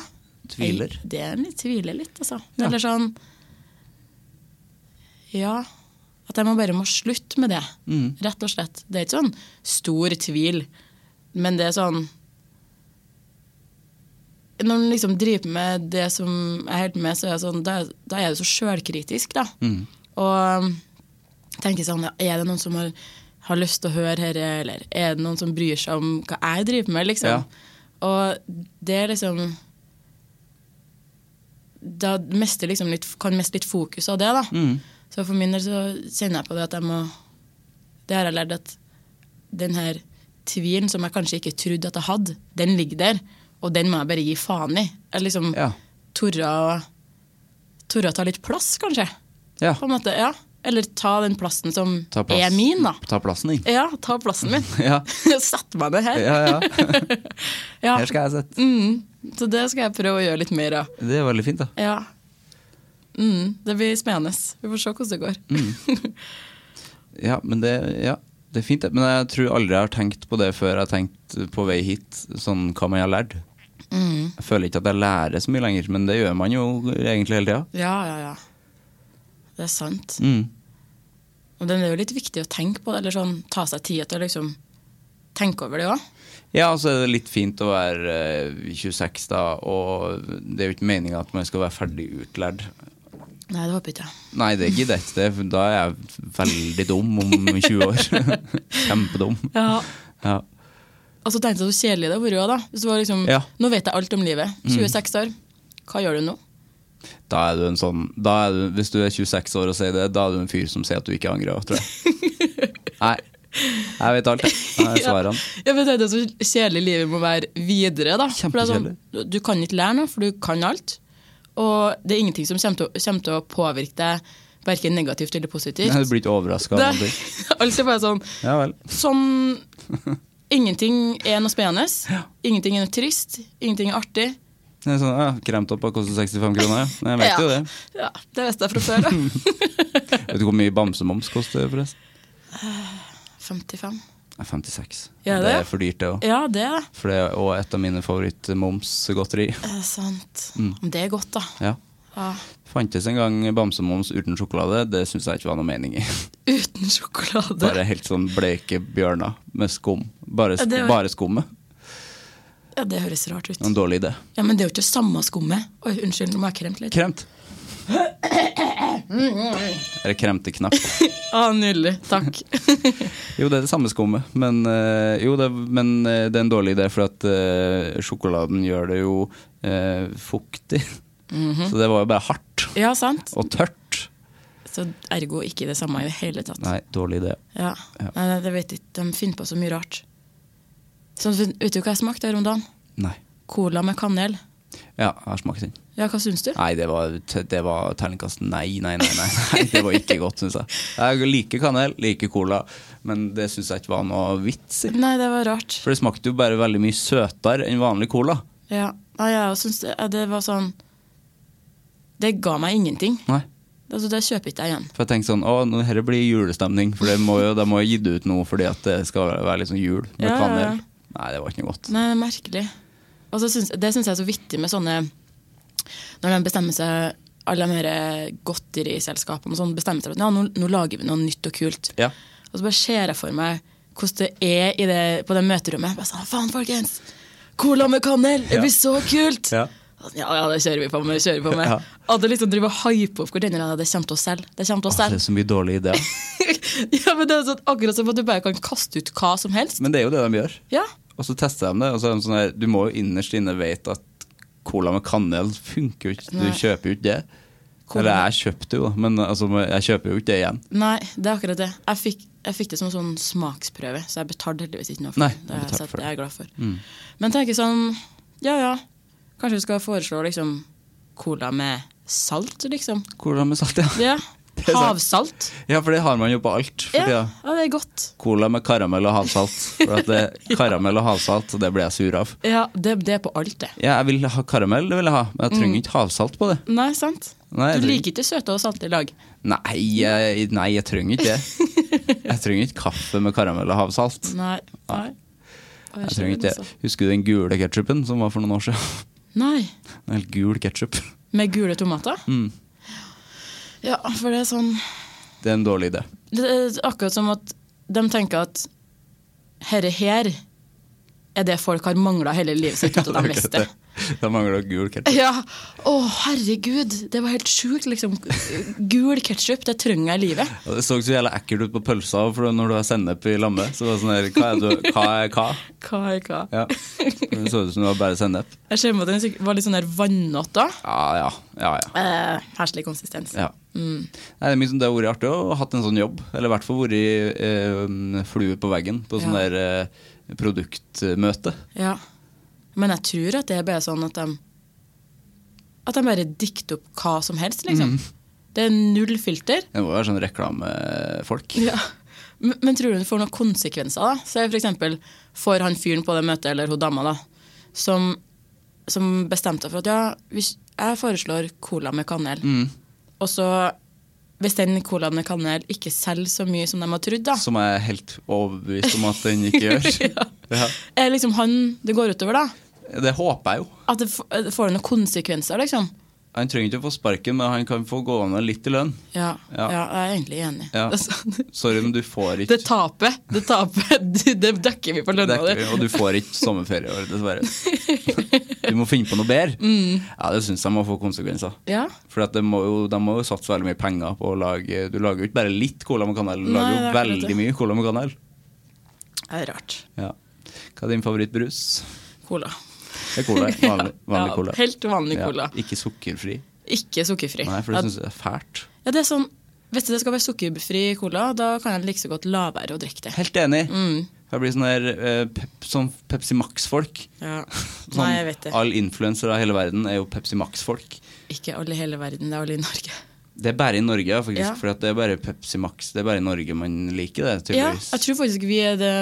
Tviler? Jeg, det er en litt tviler litt, altså. Ja. Eller sånn Ja. At jeg må bare må slutte med det. Mm. Rett og slett. Det er ikke sånn stor tvil, men det er sånn Når man liksom driver med det som jeg holder på med, så er jeg sånn, da, da er du så sjølkritisk, da. Og um, tenker sånn ja, Er det noen som har, har lyst til å høre dette, eller er det noen som bryr seg om hva jeg driver med, liksom? Ja. Og det er liksom da mister liksom litt, kan miste litt fokus av det. da. Så for min del så kjenner jeg på det at jeg må Det har jeg lært at den her tvilen som jeg kanskje ikke trodde at jeg hadde, den ligger der. Og den må jeg bare gi faen i. Jeg liksom Ja. torde å- torde å ta litt plass, kanskje. Ja. På en måte, ja. Eller ta den plassen som Ta plass. er min, da. Ta plassen din. Ja, ta plassen min. Ja. Sett meg ned her. Ja, ja. Ja. Her skal jeg sitte. Mm. Så det skal jeg prøve å gjøre litt mer av. Det er veldig fint, da. Ja. Mm, det blir spennende. Vi får se hvordan det går. Mm. Ja, men det, ja, det er fint, det. Men jeg tror aldri jeg har tenkt på det før jeg har tenkt på vei hit, sånn hva man har lært. Jeg føler ikke at jeg lærer så mye lenger, men det gjør man jo egentlig hele tida. Ja, ja, ja. Det er sant. Mm. Og det er jo litt viktig å tenke på det, eller sånn, ta seg tid til å liksom tenke over det òg. Ja, og så er det litt fint å være eh, 26, da, og det er jo ikke meninga at man skal være ferdig utlært. Nei, det håper ikke jeg. Nei, det gidder jeg ikke. det, for Da er jeg veldig dum om 20 år. Kjempedum. Ja. Ja. Og så tenkte jeg så kjedelig det har vært òg, da. Hvis det var liksom, Ja. Mm. Nå vet jeg alt om livet. 26 år. Hva gjør du nå? Da er du en sånn da er du, Hvis du er 26 år og sier det, da er du en fyr som sier at du ikke angrer. Tror jeg. Nei. Jeg vet alt, jeg. Jeg er svarene. Ja, men det er så kjedelig livet må være videre. da. For det er sånn, Kjempekjedelig. du- du kan ikke lære noe, for du kan alt. Og det er ingenting som kommer til, å- kommer til å påvirke deg verken negativt eller positivt. Nei, Du blir ikke overraska. Det- Alt er bare sånn Ja vel. Sånn Ingenting er noe spennende. Ingenting er noe trist. Ingenting er artig. Det er sånn, ja, Kremtoppa koster 65 kroner. ja. Nei, Jeg vet jo det. Ja, det visste jeg fra før. da. Vet du hvor mye bamsemums koster, forresten? 55. Nei, 56. Ja, det det? er for dyrt, det òg. Ja, det er det. For det er også et av mine favorittmomsgodteri. Det er sant. Men Det er godt, da. Mm. Ja. Ja. Fantes en gang bamsemums uten sjokolade. Det syns jeg ikke var noe mening i. Uten sjokolade. Bare helt sånn bleike bjørner med skum. Bare, Ja, sk det var- bare skummet. Ja, Det høres rart ut. En dårlig idé. Ja, Men det er jo ikke samme skummet. Oi, unnskyld, nå må jeg kremte litt. Kremt. Eller kremte knapp. Ah, nydelig. Takk. Jo, det er det samme skummet, men, eh, jo, det, men eh, det er en dårlig idé, for at eh, sjokoladen gjør det jo eh, fuktig. Så det var jo bare hardt Ja, sant. og tørt. Så ergo ikke det samme i det hele tatt. Nei, dårlig idé. Ja. Ja. Nei, nei, det vet jeg ikke. De finner på så mye rart. Sånn, vet du hva jeg smakte her om dagen? Nei. Cola med kanel. Ja, jeg har smakt den. Ja, hva syns du? Nei, det var, det var terningkast nei, nei, nei, nei, nei. Det var ikke godt, syns jeg. Jeg liker kanel, liker cola, men det syns jeg ikke var noe vits i. Nei, det var rart. For det smakte jo bare veldig mye søtere enn vanlig cola. Ja. Nei, jeg syns det, ja, det var sånn Det ga meg ingenting. Nei. Altså, det kjøper ikke jeg igjen. For jeg tenkte sånn, å, nå- dette blir julestemning, for det må jo, de må jo gi det ut noe fordi at det skal være litt sånn jul med Ja, ja, kanel. ja. Nei, det var ikke noe godt. Nei, det er merkelig. Og så syns- det syns jeg er så vittig med sånne Når de bestemmer seg alle de her eh, godteriselskapene og sånn, bestemmer seg for at ja, nå, nå lager vi noe nytt og kult. Ja. Og så bare ser jeg for meg hvordan det er i det, på det møterommet. Bare sånn, faen folkens, Cola med kanel, det blir så kult! Ja. Og sånn, Ja, ja, det kjører vi på med. det kjører vi på med. Ja. At det liksom driver og hyper opp hvordan det kommer til å selge. Det kommer til å Åh, Altså, det selge. er så mye dårlige ideer. ja, men det er sånn, akkurat som at du bare kan kaste ut hva som helst. Men det er jo det de gjør. Ja, Og så tester de det, og så er de sånn her, du må jo innerst inne vite at cola med kanel funker jo ikke. Du Nei. kjøper jo ikke det. Cola- Eller jeg kjøpte jo, da, men altså, jeg kjøper jo ikke det igjen. Nei, det er akkurat det. Jeg fikk, jeg fikk det som en sånn smaksprøve, så jeg betalte heldigvis ikke noe for Nei, det. du Det har jeg betalte sett, for det. Mm. det er jeg glad for. Men tenker sånn, ja ja, kanskje vi skal foreslå liksom cola med salt, liksom. Cola med salt, ja. er Ja. sant. Havsalt. Ja, for det har man jo på alt. For Ja, tida. ja, det er godt. Cola med karamell og havsalt. For at det, karamell og havsalt, det blir jeg sur av. Ja, det, det er på alt, det. Ja, jeg vil ha karamell, det vil jeg ha, men jeg Mm. trenger ikke havsalt på det. Nei, sant? Nei, jeg du tror- liker ikke søte og salte i lag. Nei, jeg, nei, jeg trenger ikke det. Jeg trenger ikke kaffe med karamell og havsalt. Nei. Nei. Å, Jeg skjønner trenger ikke det, det. Husker du den gule ketsjupen som var for noen år siden? altså. Nei. En helt gul ketsjup. Med gule tomater? Mm. Ja, for det er sånn Det er en dårlig idé. Det er akkurat som at de tenker at herre her er det folk har mangla hele livet sitt uten at de visste det. Da mangler det gul ketsjup. Ja. Å, herregud, det var helt sjukt, liksom. Gul ketsjup, det trenger jeg i livet. Og Det så så jævla ekkelt ut på pølsa for når du har sennep i lamme. Så det var sånn her, hva er det du- hva? Er, hva? Hva er hva? Ja. Det så ut som det var bare sennep. Jeg ser for meg at den sikk- var litt sånn der vannete. Ja, ja, ja, ja. Eh, Herselig konsistens. Ja. Nei, det er mye som det har vært artig å ha hatt en sånn jobb, eller i hvert fall vært eh, flue på veggen på sånn Ja. der eh, produktmøte. Ja. Men jeg tror at det er bare sånn at de At de bare dikter opp hva som helst, liksom. Mm. Det er null filter. Det må jo være sånn reklamefolk. Ja. Men, men tror du det får noen konsekvenser, da? Så for eksempel får han fyren på det møtet, eller hun dama, da, som, som bestemte for at ja, hvis jeg foreslår cola med kanel, Mm. og så hvis den colaen med kanel ikke selger så mye som de har trodd, da, Som jeg er helt overbevist om at den ikke gjør. ja. er liksom han det går utover, da? Det håper jeg jo. At det f- det får noen konsekvenser, liksom. Han trenger ikke å få sparken, men han kan få gående litt i lønn. Ja, ja. Ja. jeg er egentlig enig. Altså, Ja. Det, Sorry, men du får ikke det tapet, det tapet, det dekker vi på det lønna er di. ikke, Og du får ikke sommerferie i år, dessverre. Du må finne på noe bedre. Mm. Ja, det syns jeg må få konsekvenser. Ja. For at det må jo, de må jo satse veldig mye penger på å lage Du lager jo ikke bare litt cola med kanel, du Nei, lager jo det er akkurat veldig det. mye cola med kanel. Det er rart. Ja. Hva er din favorittbrus? Cola. Det er cola. Vanlig, vanlig Ja, cola. Helt vanlig Ja, cola. Ikke sukkerfri. Ikke sukkerfri. Nei, for det Ja, syns jeg er fælt. Ja, det er sånn, Hvis det skal være sukkerfri cola, da kan jeg like så godt la være å drikke det. Helt enig. Mm. Jeg blir sånn der eh, pep, sånn Pepsi Max-folk. Ja. Sånn, Nei, jeg vet det. Alle influensere av hele verden er jo Pepsi Max-folk. Ikke alle i hele verden, det er alle i Norge. Det er bare i Norge, ja, faktisk. Ja. For at det er bare Pepsi Max. Det er bare i Norge man liker det, Ja, tydeligvis. jeg tror faktisk vi er det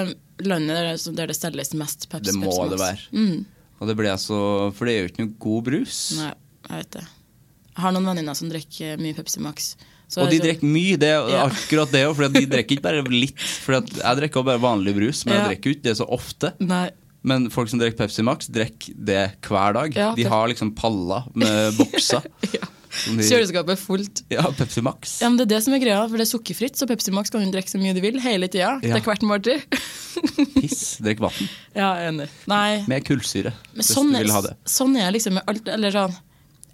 landet der, som- der det selges mest Pepsi det må Pepsi Max. Mm, det være. Og det blir jeg så For det er jo ikke noe god brus. Nei, jeg vet det. Jeg har noen venninner som drikker mye Pepsi Max. Så Og de jeg- drikker mye, det er Ja. akkurat det òg. For de drikker ikke bare litt. For at jeg drikker også bare vanlig brus, men Ja. jeg drikker jo ikke det så ofte. Nei. Men folk som drikker Pepsi Max, drikker det hver dag. Ja, de det- har liksom paller med bokser. Ja. som de- Kjøleskapet er fullt. Ja, Pepsi Max. Ja, men Det er det som er greia, for det er sukkerfritt, så Pepsi Max kan du drikke så mye du vil hele tida. Det Ja. er hvert måltid. Piss. Drikk vann ja, jeg er enig. Nei, med kullsyre. Men hvis sånn, du vil ha det. sånn er jeg liksom med alt Eller sånn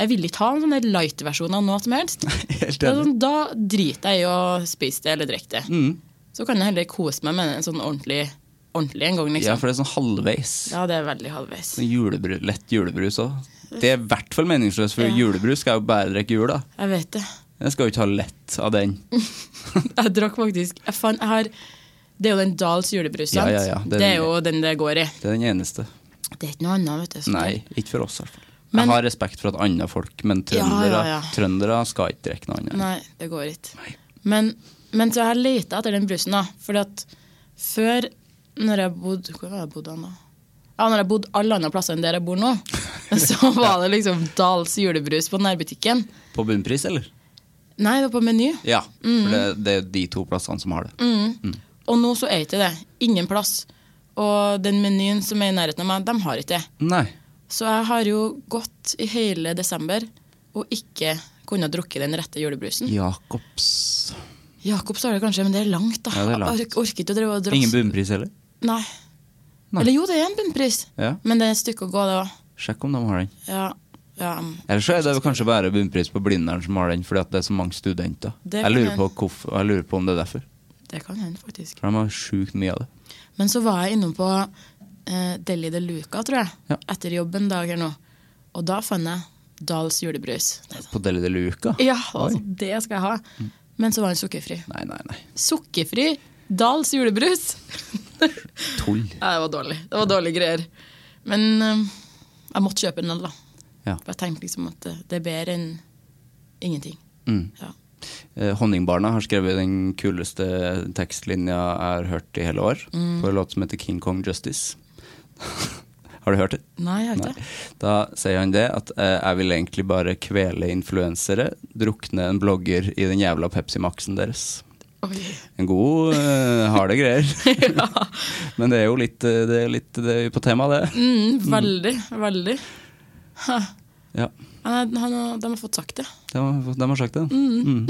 Jeg vil ikke ha en sånn der light-versjon av noe som helst. Helt Det er enig. sånn, da driter jeg i å spise det eller drikke det. Mm. Så kan jeg heller kose meg med en sånn ordentlig, ordentlig en gang, Ja, liksom. for det er sånn halvveis. Ja, det er veldig halvveis. Sånn julebru, lett julebrus òg. Det er i hvert fall meningsløst, for julebrus skal jeg jo bare drikke i jula. Jeg vet det. Jeg skal jo ikke ha lett av den. Jeg drakk faktisk jeg fant, jeg har, Det er jo den Dahls julebrus, Ja, sant? ja, ja, det, det er er den- jo den det går i. Det er den eneste. Det er ikke noe annet, vet du. så Nei, ikke for oss i hvert fall. Men- jeg har respekt for at andre folk, men Ja, trøndere, ja, ja. trøndere skal ikke drikke noe annet. Nei, det går ikke. Men, men så jeg leita etter den brusen, da. Fordi at før, når jeg bodde Hvor har jeg bodd da? Ja, når jeg bodde alle andre plasser enn der jeg bor nå, så var det liksom Dahls julebrus på nærbutikken. På bunnpris, eller? Nei, det var på Meny. Ja, for det, Mm. det er de to plassene som har det. Og nå så er ikke det. Ingen plass. Og den menyen som er i nærheten av meg, de har ikke det. Nei. Så jeg har jo gått i hele desember og ikke kunnet drukke den rette julebrusen. Jacobs Jakob sa det kanskje, men det er langt, da. Ja, det er langt. Jeg ork- orker ikke å drive og drasse. Ingen bunnpris heller? Nei. Nei. Eller jo, det er en bunnpris, Ja. men det er et stykke å gå, det òg. Sjekk om de har den. Ja, ja, mm. Eller så er det kanskje bare bunnpris på Blindern som har den, fordi at det er så mange studenter. Det Jeg kan lurer, på hende. hvorfor, jeg lurer på om det er derfor. det kan hende, faktisk. For de har sjukt mye av det. Men så var jeg innom på eh, Deli de Luca, tror jeg, Ja. etter jobb en dag her nå. Og da fant jeg Dahls julebrus. Nei, På Deli de Luca? Ja, altså, det skal jeg ha. Men så var den sukkerfri. Nei, nei, nei. Sukkerfri Dahls julebrus! Tull. Nei, det var dårlig. Det var dårlige greier. Men eh, jeg måtte kjøpe den, da. Ja. For jeg tenkte liksom at eh, det er bedre enn ingenting. Ja. Eh, Honningbarna har skrevet den kuleste tekstlinja jeg har hørt i hele år, på en låt som heter King Kong Justice. har du hørt det? Nei, jeg har ikke det. Da sier han det, at eh, jeg vil egentlig bare kvele influensere, drukne en blogger i den jævla Pepsi Max-en deres. Oi. En god eh, harde greier. Men det er jo litt, eh, det er litt det er jo på tema, det. Mm, veldig, veldig. Ja, Han, han, de har fått sagt det. de har, de har sagt det. Mm.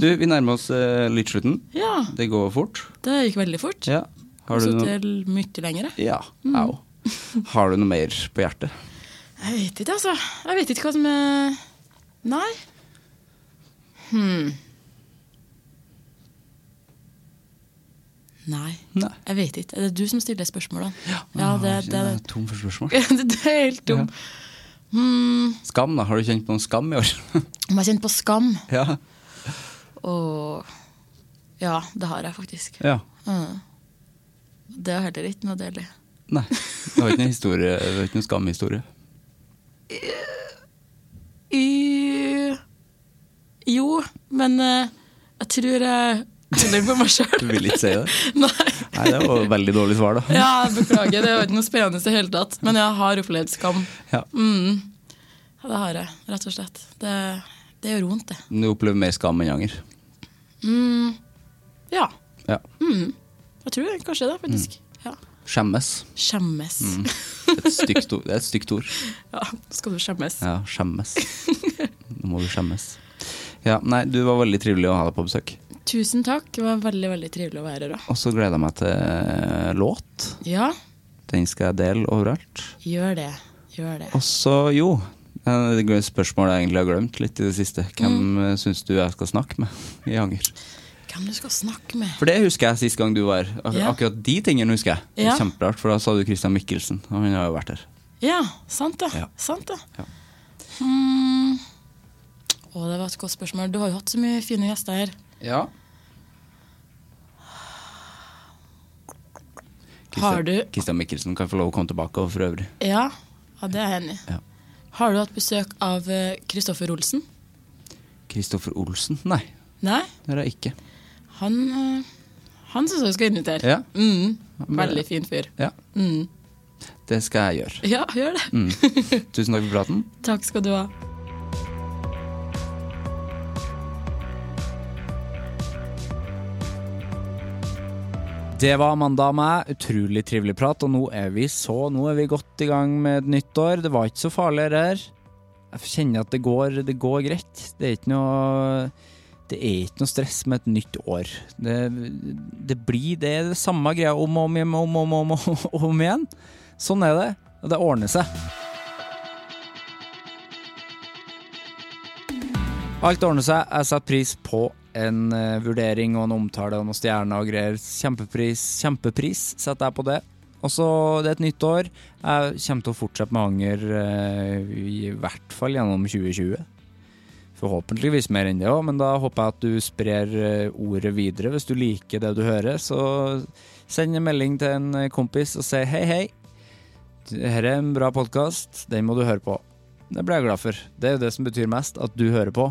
Du, vi nærmer oss eh, litt slutten. Ja, Det går fort. det gikk veldig fort. Ja. Altså, Har du Jeg har noe sittet mye lenger. jeg. Ja, au. Har du noe mer på hjertet? Jeg vet ikke, altså. Jeg vet ikke hva som er Nei. Hmm. Nei. Nei. Jeg vet ikke. Er det du som stiller spørsmålene? Ja, det, det, Jeg er Tom for spørsmål. det, er helt dum. Hmm. Skam, da. Har du kjent på noen skam i år? Om jeg kjente på skam? ja. Og Ja, det har jeg faktisk. Mm. ja. Det er heller ikke noe deilig. Nei. Det var ikke noen historie, det var ikke noen skamhistorie. I... Jo, men eh, jeg tror jeg heller på meg Du sjøl. vil ikke si det? Nei. Nei, det var et veldig dårlig svar, da. Ja, jeg beklager, det var ikke noe spennende i det hele tatt. Men jeg har opplevd skam. Ja. Ja, Det har jeg, rett og slett. Det, det gjør vondt, det. Du opplever mer skam enn anger. Ja, Ja. Mm. jeg tror kanskje det, faktisk. Ja. Skjemmes. Skjemmes. Mm. Et stygt ord. Det er et stygt ord. Ja, nå skal du skjemmes. Ja, skjemmes. Nå må du skjemmes. Ja, nei, du var veldig trivelig å ha deg på besøk. Tusen takk. Det var veldig veldig trivelig å være her. også. Og så gleder jeg meg til eh, låt. Ja, Den skal jeg dele overalt. gjør det. Gjør det. Og så, jo eh, Det er et spørsmål jeg egentlig har glemt litt i det siste. Hvem mm. syns du jeg skal snakke med i Anger? Hvem du skal snakke med? For det husker jeg sist gang du var her. Ak Ja. Akkurat de tingene husker jeg. Det er Ja. Kjemperart, for da sa du Christian Mikkelsen, og han har jo vært her. Ja, sant det. Ja. Sant det. Ja. Mm. Å, det var et godt spørsmål. Du har jo hatt så mye fine gjester her. Ja. Har du Christian Mikkelsen kan få lov å komme tilbake, og for øvrig. Ja, ja det er jeg enig i. Ja. Har du hatt besøk av eh, Kristoffer Olsen? Kristoffer Olsen? Nei, Nei, det har jeg ikke. han, eh, han syns jeg skal invitere. Ja. Mm, veldig fin fyr. Ja. Mm. Det skal jeg gjøre. Ja, gjør det. Tusen takk for praten. Takk skal du ha. Det var Amanda og meg. Utrolig trivelig prat. Og nå er vi så Nå er vi godt i gang med et nytt år. Det var ikke så farlig det her. Jeg kjenner at det går, det går greit. Det er ikke noe det er ikke noe stress med et nytt år. Det, det blir det, er det samme greia om og om igjen om, og om, og om, og om igjen. Sånn er det. Og det ordner seg. Alt ordner seg. Jeg setter pris på en eh, vurdering og en omtale og noen stjerner og greier. Kjempepris, kjempepris setter jeg på det. Og så, det er et nytt år. Jeg kommer til å fortsette med anger, eh, i hvert fall gjennom 2020. Forhåpentligvis mer enn det òg, men da håper jeg at du sprer eh, ordet videre. Hvis du liker det du hører, så send en melding til en kompis og si hei, hei. Dette er en bra podkast, den må du høre på. Det blir jeg glad for. Det er jo det som betyr mest, at du hører på.